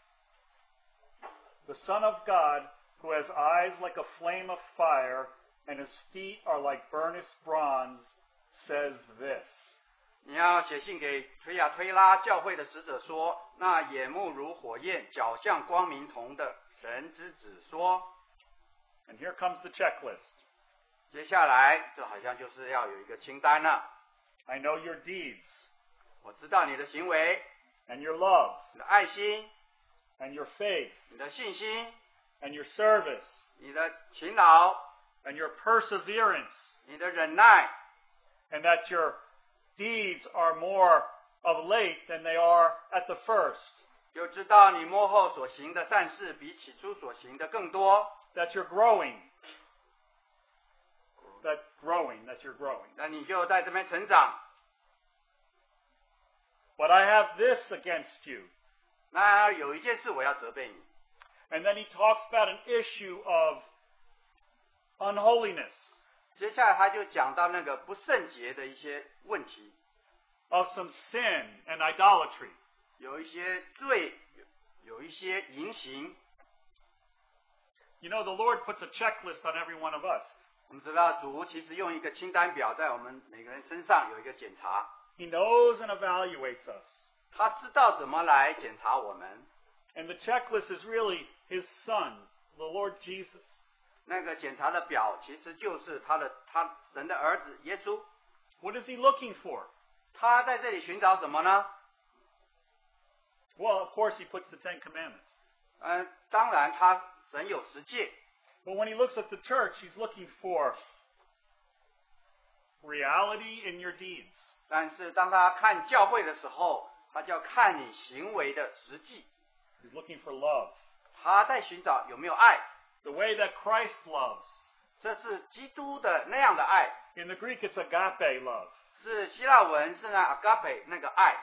B: The Son of God, who has eyes like a flame of fire, and his feet are like burnished bronze, says this
A: 你要写信给推亚推拉教会的使者说，那眼目如火焰、脚像光明铜的神之子说。
B: And here comes the checklist.
A: 接下来，这好像就是要有一个清单了。
B: I know your deeds
A: 我知道你的行为、
B: and your love
A: 你的爱心、
B: and your faith
A: 你的信心、
B: and your service
A: 你的勤劳、
B: and your perseverance,
A: 你的忍耐，
B: and that your deeds are more of late than they are at the first,
A: 就知道你幕后所行的善事比起初所行的更多。
B: that you're growing. That growing, that you're growing.
A: 那你就在这边成长。
B: But I have this against you.
A: 那有一件事我要责备你，
B: And then he talks about an issue of unholiness,
A: 接下来他就讲到那个不圣洁的一些问题，
B: of some sin and idolatry.
A: 有一些罪，有一些淫行。
B: You know, the Lord puts a checklist on every one of us.
A: 我们知道主其实用一个清单表在我们每个人身上有一个检查，
B: He knows and evaluates us.
A: 他知道怎么来检查我们。
B: And the checklist is really his son, the Lord Jesus.
A: 那个检查的表其实就是他的他神的儿子耶稣，
B: What is he looking for?
A: 他在这里寻找什么呢？
B: Well, of course, he puts the Ten Commandments.
A: 嗯、当然他神有十诫，
B: But when he looks at the church, he's looking for reality in your deeds.
A: 但是当他看教会的时候，他就要看你行为的实际，
B: He's looking for love.
A: 他在寻找有没有爱，
B: The way that Christ loves.
A: 这是基督的那样的爱，
B: In the Greek, it's agape love.
A: 是希腊文是那 agape 那个爱，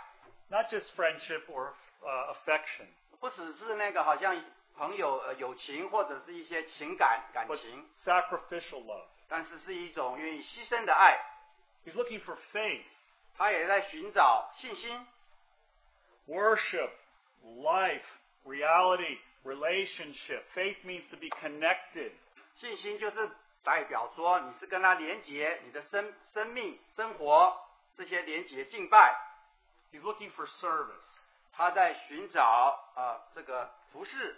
B: Not just friendship or uh, affection,
A: 不只是那个好像朋友呃友情或者是一些情感感
B: but
A: 情，
B: sacrificial love.
A: 但是是一种愿意牺牲的爱，
B: He's looking for faith,
A: 他也在寻找信心。
B: worship, life, reality, relationship. Faith means to be connected.
A: 信心就是代表说你是跟他连结，你的生生命、生活这些连结敬拜，
B: He's looking for service,
A: 他在寻找啊、呃这个服饰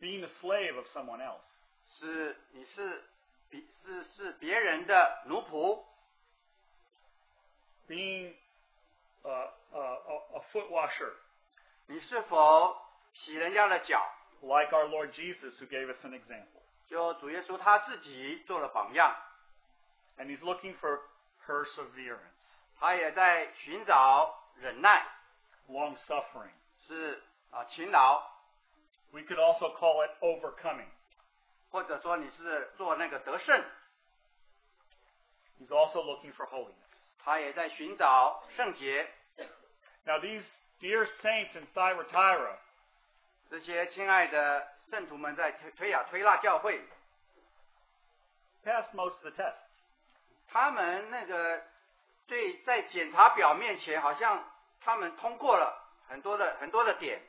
B: being the slave of someone else.
A: 是你是别是是别人的奴仆，
B: being uh, uh, a, a foot washer,
A: 你是否洗人家的脚？
B: like our Lord Jesus, who gave us an example.
A: 就主耶稣他自己做了榜样，
B: And he's looking for perseverance,
A: 他也在寻找忍耐，
B: long suffering.
A: 是啊、勤劳，
B: We could also call it overcoming.
A: 或者说你是做那个得胜，
B: He's also looking for holiness.
A: 他也在寻找圣洁。
B: Now, these dear saints in Thyatira,
A: 这些亲爱的圣徒们在推推雅推拉教会，
B: passed most of the tests.
A: 他们那个对在检查表面前，好像他们通过了很多的很多的点，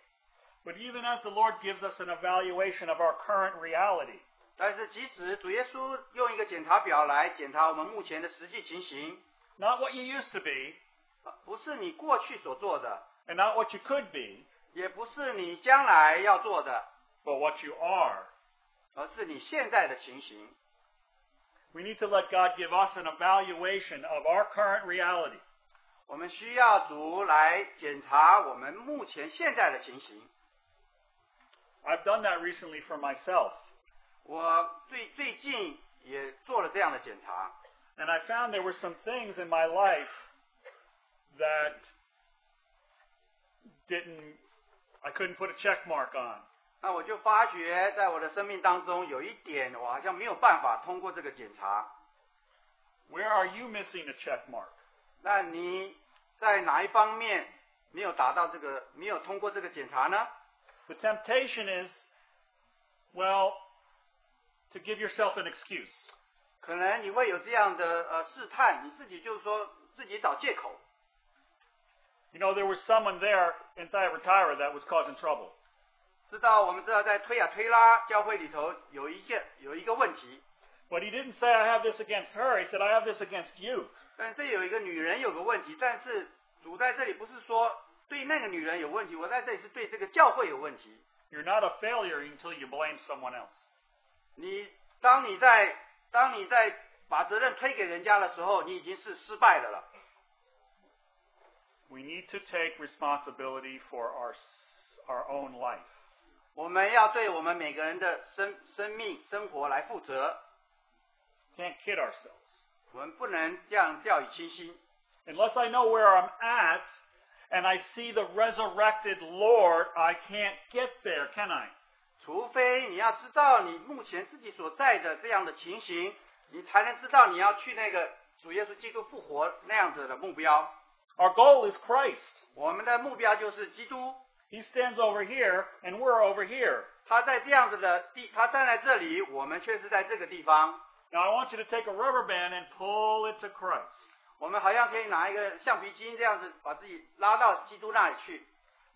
B: But even as the Lord gives us an evaluation of our current reality,
A: 但是即使主耶稣用一个检查表来检查我们目前的实际情形，
B: not what you used to be
A: 呃不是你过去所做的，
B: and not what you could be,
A: 也不是你将来要做的，
B: but what you are,
A: 而是你现在的情形。
B: We need to let God give us an evaluation of our current reality.
A: 我们需要主来检查我们目前现在的情形。
B: I've done that recently for myself,
A: 我最最近也做了这样的检查。
B: and I found there were some things in my life that didn't I couldn't put a check mark on.
A: 那我就发觉，在我的生命当中，有一点我好像没有办法通过这个检查。
B: Where are you missing a check mark?
A: 那你在哪一方面没有达到这个，没有通过这个检查呢？
B: The temptation is well to give yourself an excuse.
A: 可能你会有这样的呃试探，你自己就是说自己找借口。
B: You know, there was someone there in Thyatira that was causing trouble.
A: 知道我们知道在推啊推拉教会里头有一件有一个问题，
B: But he didn't say, I have this against her. He said, I have this against you.
A: 但这有一个女人有个问题，但是主在这里不是说对那个女人有问题，我在这里是对这个教会有问题。
B: You're not a failure until you blame someone else.
A: 你当你在当你在把责任推给人家的时候，你已经是失败的了。
B: We need to take responsibility for our, s- our own life.
A: 我们要对我们每个人的生生命生活来负责，
B: Can't kid ourselves.
A: 我们不能这样掉以轻心。
B: Unless I know where I'm at and I see the resurrected Lord, I can't get there, can I?
A: 除非你要知道你目前自己所在的这样的情形，你才能知道你要去那个主耶稣基督复活那样子的目标。
B: Our goal is Christ.
A: 我们的目标就是基督，
B: He stands over here and we're over here.
A: 他在这样子的地，他站在这里，我们却是在这个地方。
B: Now I want you to take a rubber band and pull it to Christ.
A: 我们好像可以拿一个橡皮筋这样子把自己拉到基督那里去，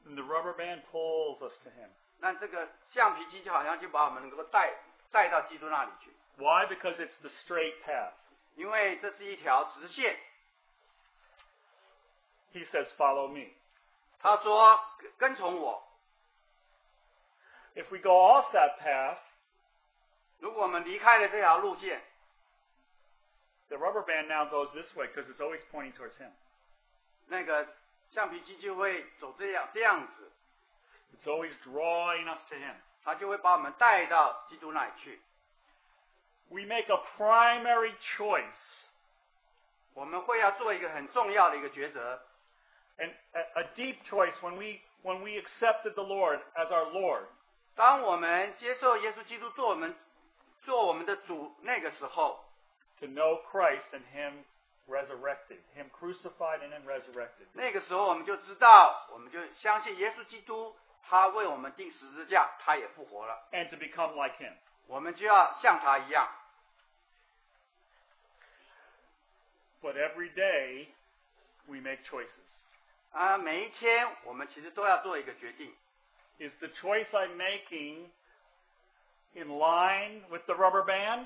B: And the rubber band pulls us to Him.
A: 那这个橡皮筋就好像就把我们能够带带到基督那里去，
B: Why? Because it's the straight path.
A: 因为这是一条直线。
B: He says, Follow me.
A: 他说跟跟从我，
B: If we go off that path,
A: 如果我们离开了这条路线，
B: the rubber band now goes this way because it's always pointing towards Him.
A: 那个橡皮筋就会走这样这样子，
B: It's always drawing us to Him.
A: 它就会把我们带到基督那里去。
B: We make a primary choice,
A: 我们会要做一个很重要的一个抉择，
B: and a, a deep choice when we when we accepted the Lord as our Lord.
A: 当我们接受耶稣基督做我们做我们的主那个时候，
B: to know Christ and Him resurrected, Him crucified and then resurrected.
A: 那个时候我们就知道，我们就相信耶稣基督，他为我们钉十字架，他也复活了，
B: And to become like Him.
A: 我们就要像他一样。
B: But every day we make choices.
A: 啊，每一天我们其实都要做一个决定，
B: Is the choice I'm making in line with the rubber band?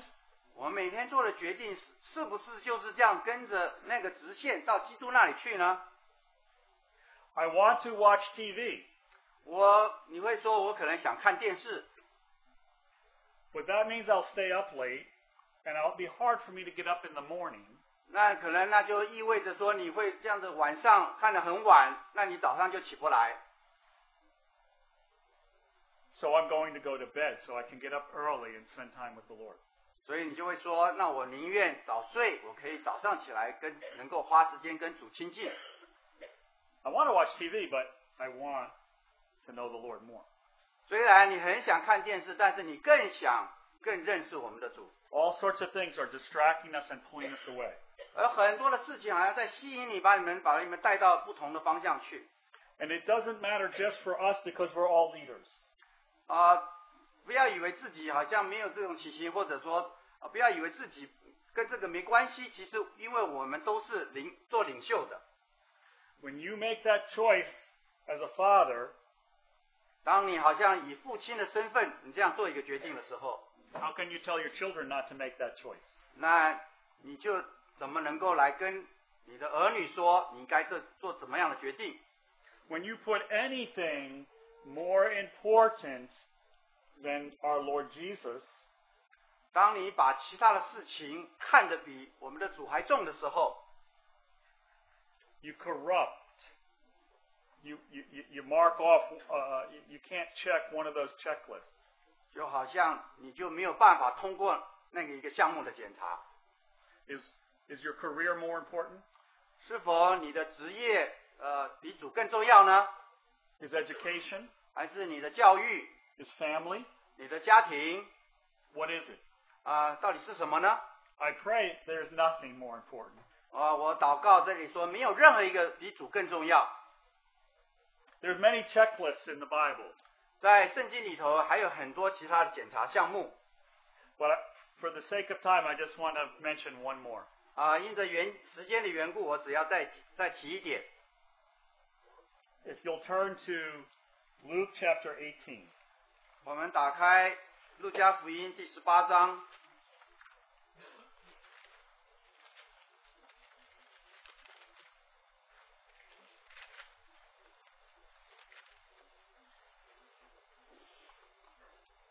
A: 我们每天做的决定是是不是就是这样跟着那个直线到基督那里去呢？
B: I want to watch TV,
A: 我你会说，我可能想看电视，
B: but that means I'll stay up late and it'll be hard for me to get up in the morning.
A: 那可能那就意味着说你会这样子晚上看得很晚，那你早上就起不来，
B: So I'm going to go to bed so I can get up early and spend time with the Lord.
A: 所以你就会说，那我宁愿早睡，我可以早上起来跟能够花时间跟主亲近。
B: I want to watch TV, but I want to know the Lord more.
A: 虽然你很想看电视，但是你更想更认识我们的主，
B: All sorts of things are distracting us and pulling us away.
A: 而很多的事情好像在吸引你，把你们把你们带到不同的方向去
B: And it doesn't matter just for us because we're all leaders.
A: 啊、不要以为自己好像没有这种情形，或者说、啊不要以为自己跟这个没关系。其实，因为我们都是领做领袖的，
B: When you make that choice as a father,
A: 当你好像以父亲的身份你这样做一个决定的时候，
B: how can you tell your children not to make that choice?
A: 那你就怎么能够来跟你的儿女说你应该这做怎么样的决定？
B: When you put anything more important than our Lord Jesus,
A: 当你把其他的事情看得比我们的主还重的时候，
B: you corrupt. You, you, you- you mark off, uh, you- you can't check one of those checklists.
A: 就好像你就没有办法通过那个一个项目的检查。
B: Is, is your career more important?
A: 是否你的职业呃比主更重要呢？
B: Is education?
A: 还是你的教育、
B: Is family?
A: 你的家庭
B: What is it?
A: 啊、到底是什么呢？
B: I pray there's nothing more important.
A: 啊、我祷告这里说，没有任何一个比主更重要。
B: There's many checklists in the Bible,
A: 在圣经里头还有很多其他的检查项目
B: but I, for the sake of time, I just want to mention one more.
A: 啊、因着原时间的缘故，我只要再再提一点。
B: If you'll turn to Luke chapter 18,
A: 我们打开《路加福音》第十八章，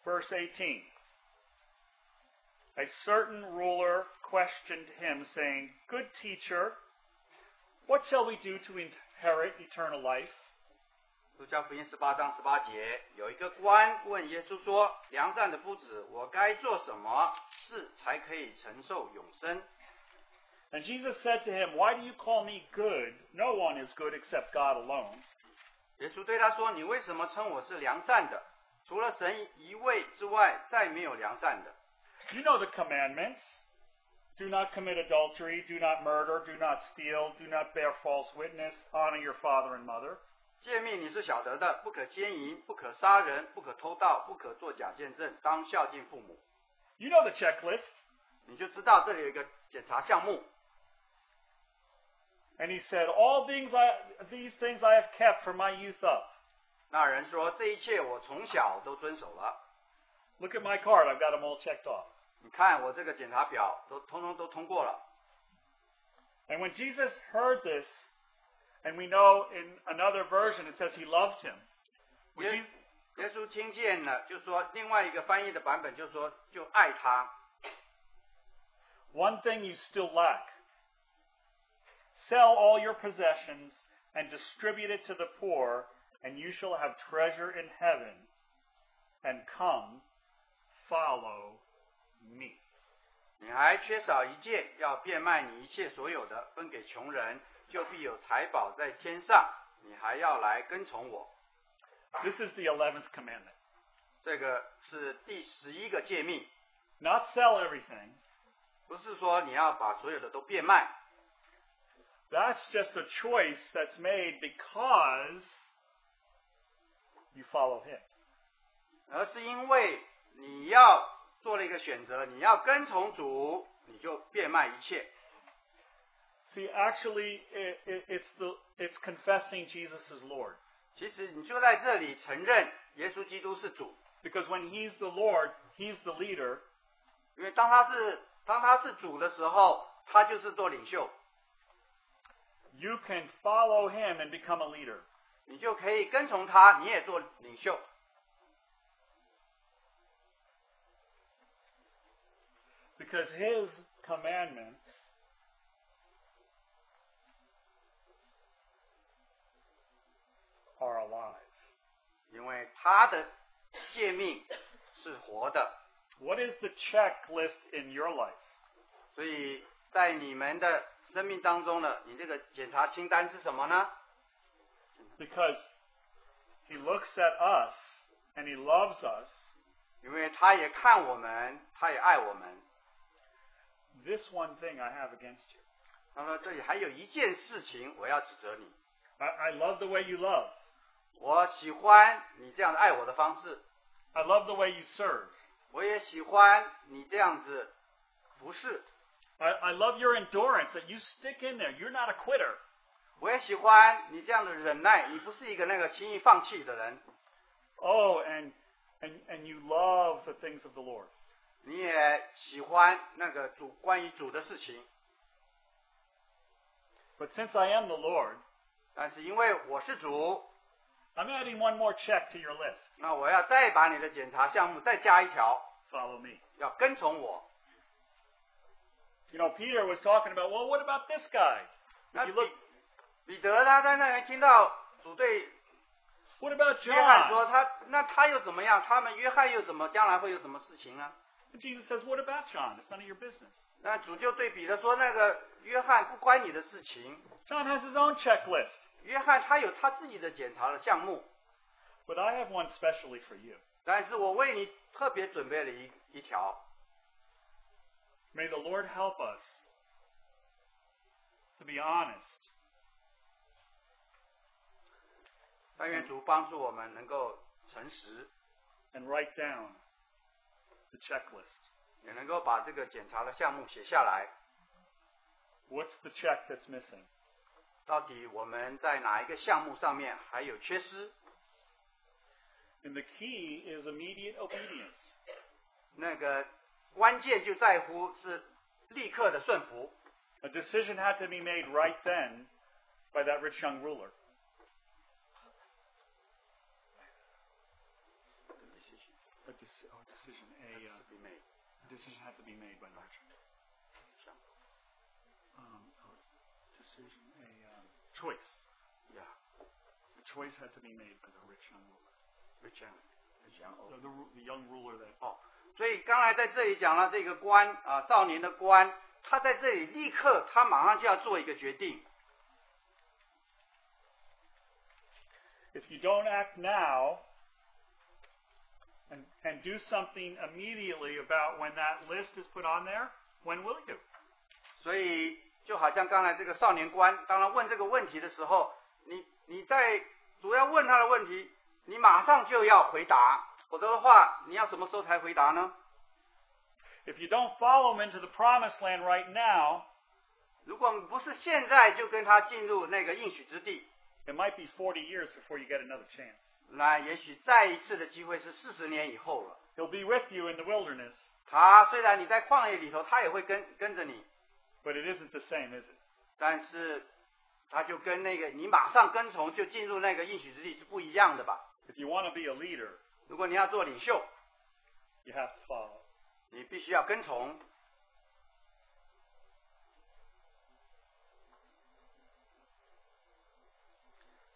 B: Verse 18. A certain ruler questioned him, saying, Good teacher, what shall we do to inherit eternal life?
A: 路加福音十八章十八节，有一个官问耶稣说：“良善的夫子，我该做什么事才可以承受永生
B: And Jesus said to him, Why do you call me good? No one is good except God alone. ？”
A: 耶稣对他说：“你为什么称我是良善的？除了神一位之外，再没有良善的。
B: You know the commandments do not commit adultery, do not murder, do not steal, do not bear false witness, honor your father and mother.
A: 诫命你是晓得的，不可奸淫，不可杀人，不可偷盗，不可作假见证，当孝敬父母。
B: You know the checklist. ”
A: 你就知道这里有一个检查项目。
B: And he said, All things I, these things I have kept from my youth up.
A: 那人说：“这一切我从小都遵守了。
B: Look at my card, I've got them all checked off.
A: 你看我这个检查表都通通都通过了。”
B: And when Jesus heard this, and we know in another version it says he loved him. When
A: Yes.
B: Je-
A: 耶稣听见了，就说另外一个翻译的版本就说就爱他。
B: One thing you still lack sell all your possessions and distribute it to the poor, and you shall have treasure in heaven. And come, follow me.
A: 你还缺少一件，要变卖你一切所有的，分给穷人，就必有财宝在天上。你还要来跟从我。
B: This is the 11th commandment.
A: 这个是第十一个诫命，
B: Not sell everything.
A: 不是说你要把所有的都变卖，
B: That's just a choice that's made because you follow him.
A: 而是因为你要做了一个选择，你要跟从主，你就变卖一切。
B: See, actually, it, it, it's, the, it's confessing Jesus is Lord.
A: 其实你就在这里承认耶稣基督是主，
B: Because when he's the Lord, he's the leader,
A: 因为当他是当他是主的时候，他就是做领袖，
B: you can follow him and become a leader.
A: 你就可以跟从他，你也做领袖。
B: Because his commandments are alive.
A: 因为他的诫命是活的，
B: What is the checklist in your life?
A: 所以在你们的生命当中呢，你这个检查清单是什么呢？
B: Because he looks at us and he loves us.
A: 因为他也看我们，他也爱我们。
B: This one thing I have against you.
A: 他说：“这里还有一件事情我要指责你，
B: I, I love the way you love.
A: 我喜欢你这样爱我的方式，
B: I love the way you serve.
A: 我也喜欢你这样子服侍，
B: I, I love your endurance that you stick in there. You're not a quitter.
A: 我也喜欢你这样的忍耐，你不是一个那个轻易放弃的人，
B: Oh, and and and you love the things of the Lord.
A: 你也喜欢那个主关于主的事情。
B: But since I am the Lord,
A: 但是因为我是主，
B: I'm adding one more check to your list.
A: 那我要再把你的检查项目再加一条，
B: Follow me.
A: 要跟从我。
B: You know, Peter was talking about, well, what about this guy?
A: 那彼
B: You look-
A: 彼得他在那里听到主对
B: What about
A: 约翰
B: John?
A: 说他，那他又怎么样？他们约翰又怎么？将来会有什么事情啊？
B: And Jesus says, what about John? It's none of your business.
A: 那主就对彼得说，那个约翰不关你的事情，
B: John has his own checklist.
A: 约翰他有他自己的检查的项目，
B: But I have one specially for you.
A: 但是我为你特别准备了一一条，
B: May the Lord help us to be honest
A: 但愿主帮助我们能够诚实，
B: and write down the checklist.
A: 也能够把这个检查的项目写下来。
B: What's the check that's missing?
A: 到底我们在哪一个项目上面还有缺失？
B: And the key is immediate obedience.
A: 那个关键就在乎是立刻的顺服。
B: A decision had to be made right then by that rich young ruler.
A: 谢谢
B: A uh, dec- oh, decision, Um, a um, choice.
A: Yeah.
B: A choice had to be made by the rich young ruler.
A: Rich young, rich young old.
B: The, the, ru- the young ruler that.
A: 所以刚才在这里讲了这个官啊，少年的官，他在这里立刻，他马上就要做一个决定。
B: If you don't act now and, and do something immediately about when that list is put on there, when will you?
A: 所以就好像刚才这个少年官，当他问这个问题的时候，你你在主要问他的问题，你马上就要回答，否则的话，你要什么时候才回答呢？
B: If you don't follow him into the promised land right now,
A: 如果不是现在就跟他进入那个应许之地，
B: it might be 40 years before you get another chance.
A: 那也许再一次的机会是四十年以后了。
B: He'll be with you in the wilderness,
A: 他虽然你在旷野里头，他也会跟跟着你，
B: but it isn't the same, is it?
A: 但是他就跟那个你马上跟从就进入那个应许之地是不一样的吧？
B: If you want to be a leader,
A: 如果你要做领袖，
B: you have to follow.
A: 你必须要跟从。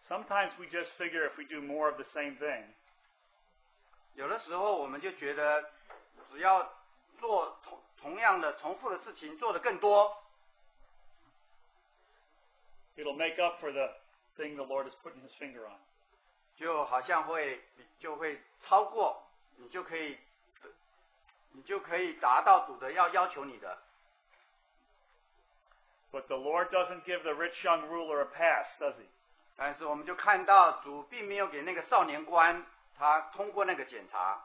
B: Sometimes we just figure if we do more of the same thing,
A: 有的时候我们就觉得，只要做同同样的重复的事情做的更多，
B: it'll make up for the thing the Lord is putting his finger on.
A: 就好像会就会超过，你就可以，你就可以达到主的要要求你的。
B: But the Lord doesn't give the rich young ruler a pass, does he?
A: 但是我们就看到主并没有给那个少年官他通过那个检查，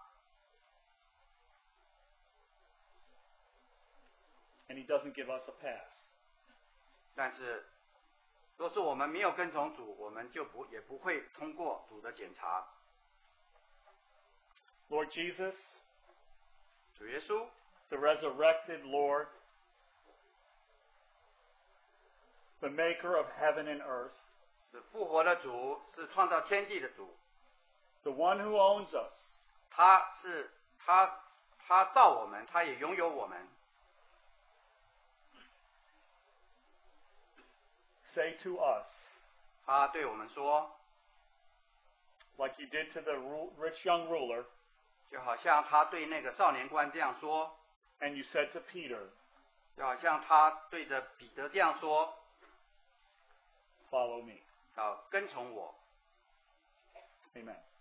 B: And he doesn't give us a pass.
A: 但是若是我们没有跟从主，我们就不也不会通过主的检查。
B: Lord Jesus,
A: 主耶稣，
B: the resurrected Lord, the maker of heaven and earth,
A: 是复活的主，是创造天地的主，
B: the one who owns us,
A: 他是他他造我们，他也拥有我们。
B: say to us,
A: 他对我们说，
B: like you did to the ru- rich young ruler,
A: 就好像他对那个少年官这样说，
B: and you said to Peter,
A: 就好像他对着彼得这样说，
B: Follow me.
A: 要跟从我。
B: Amen.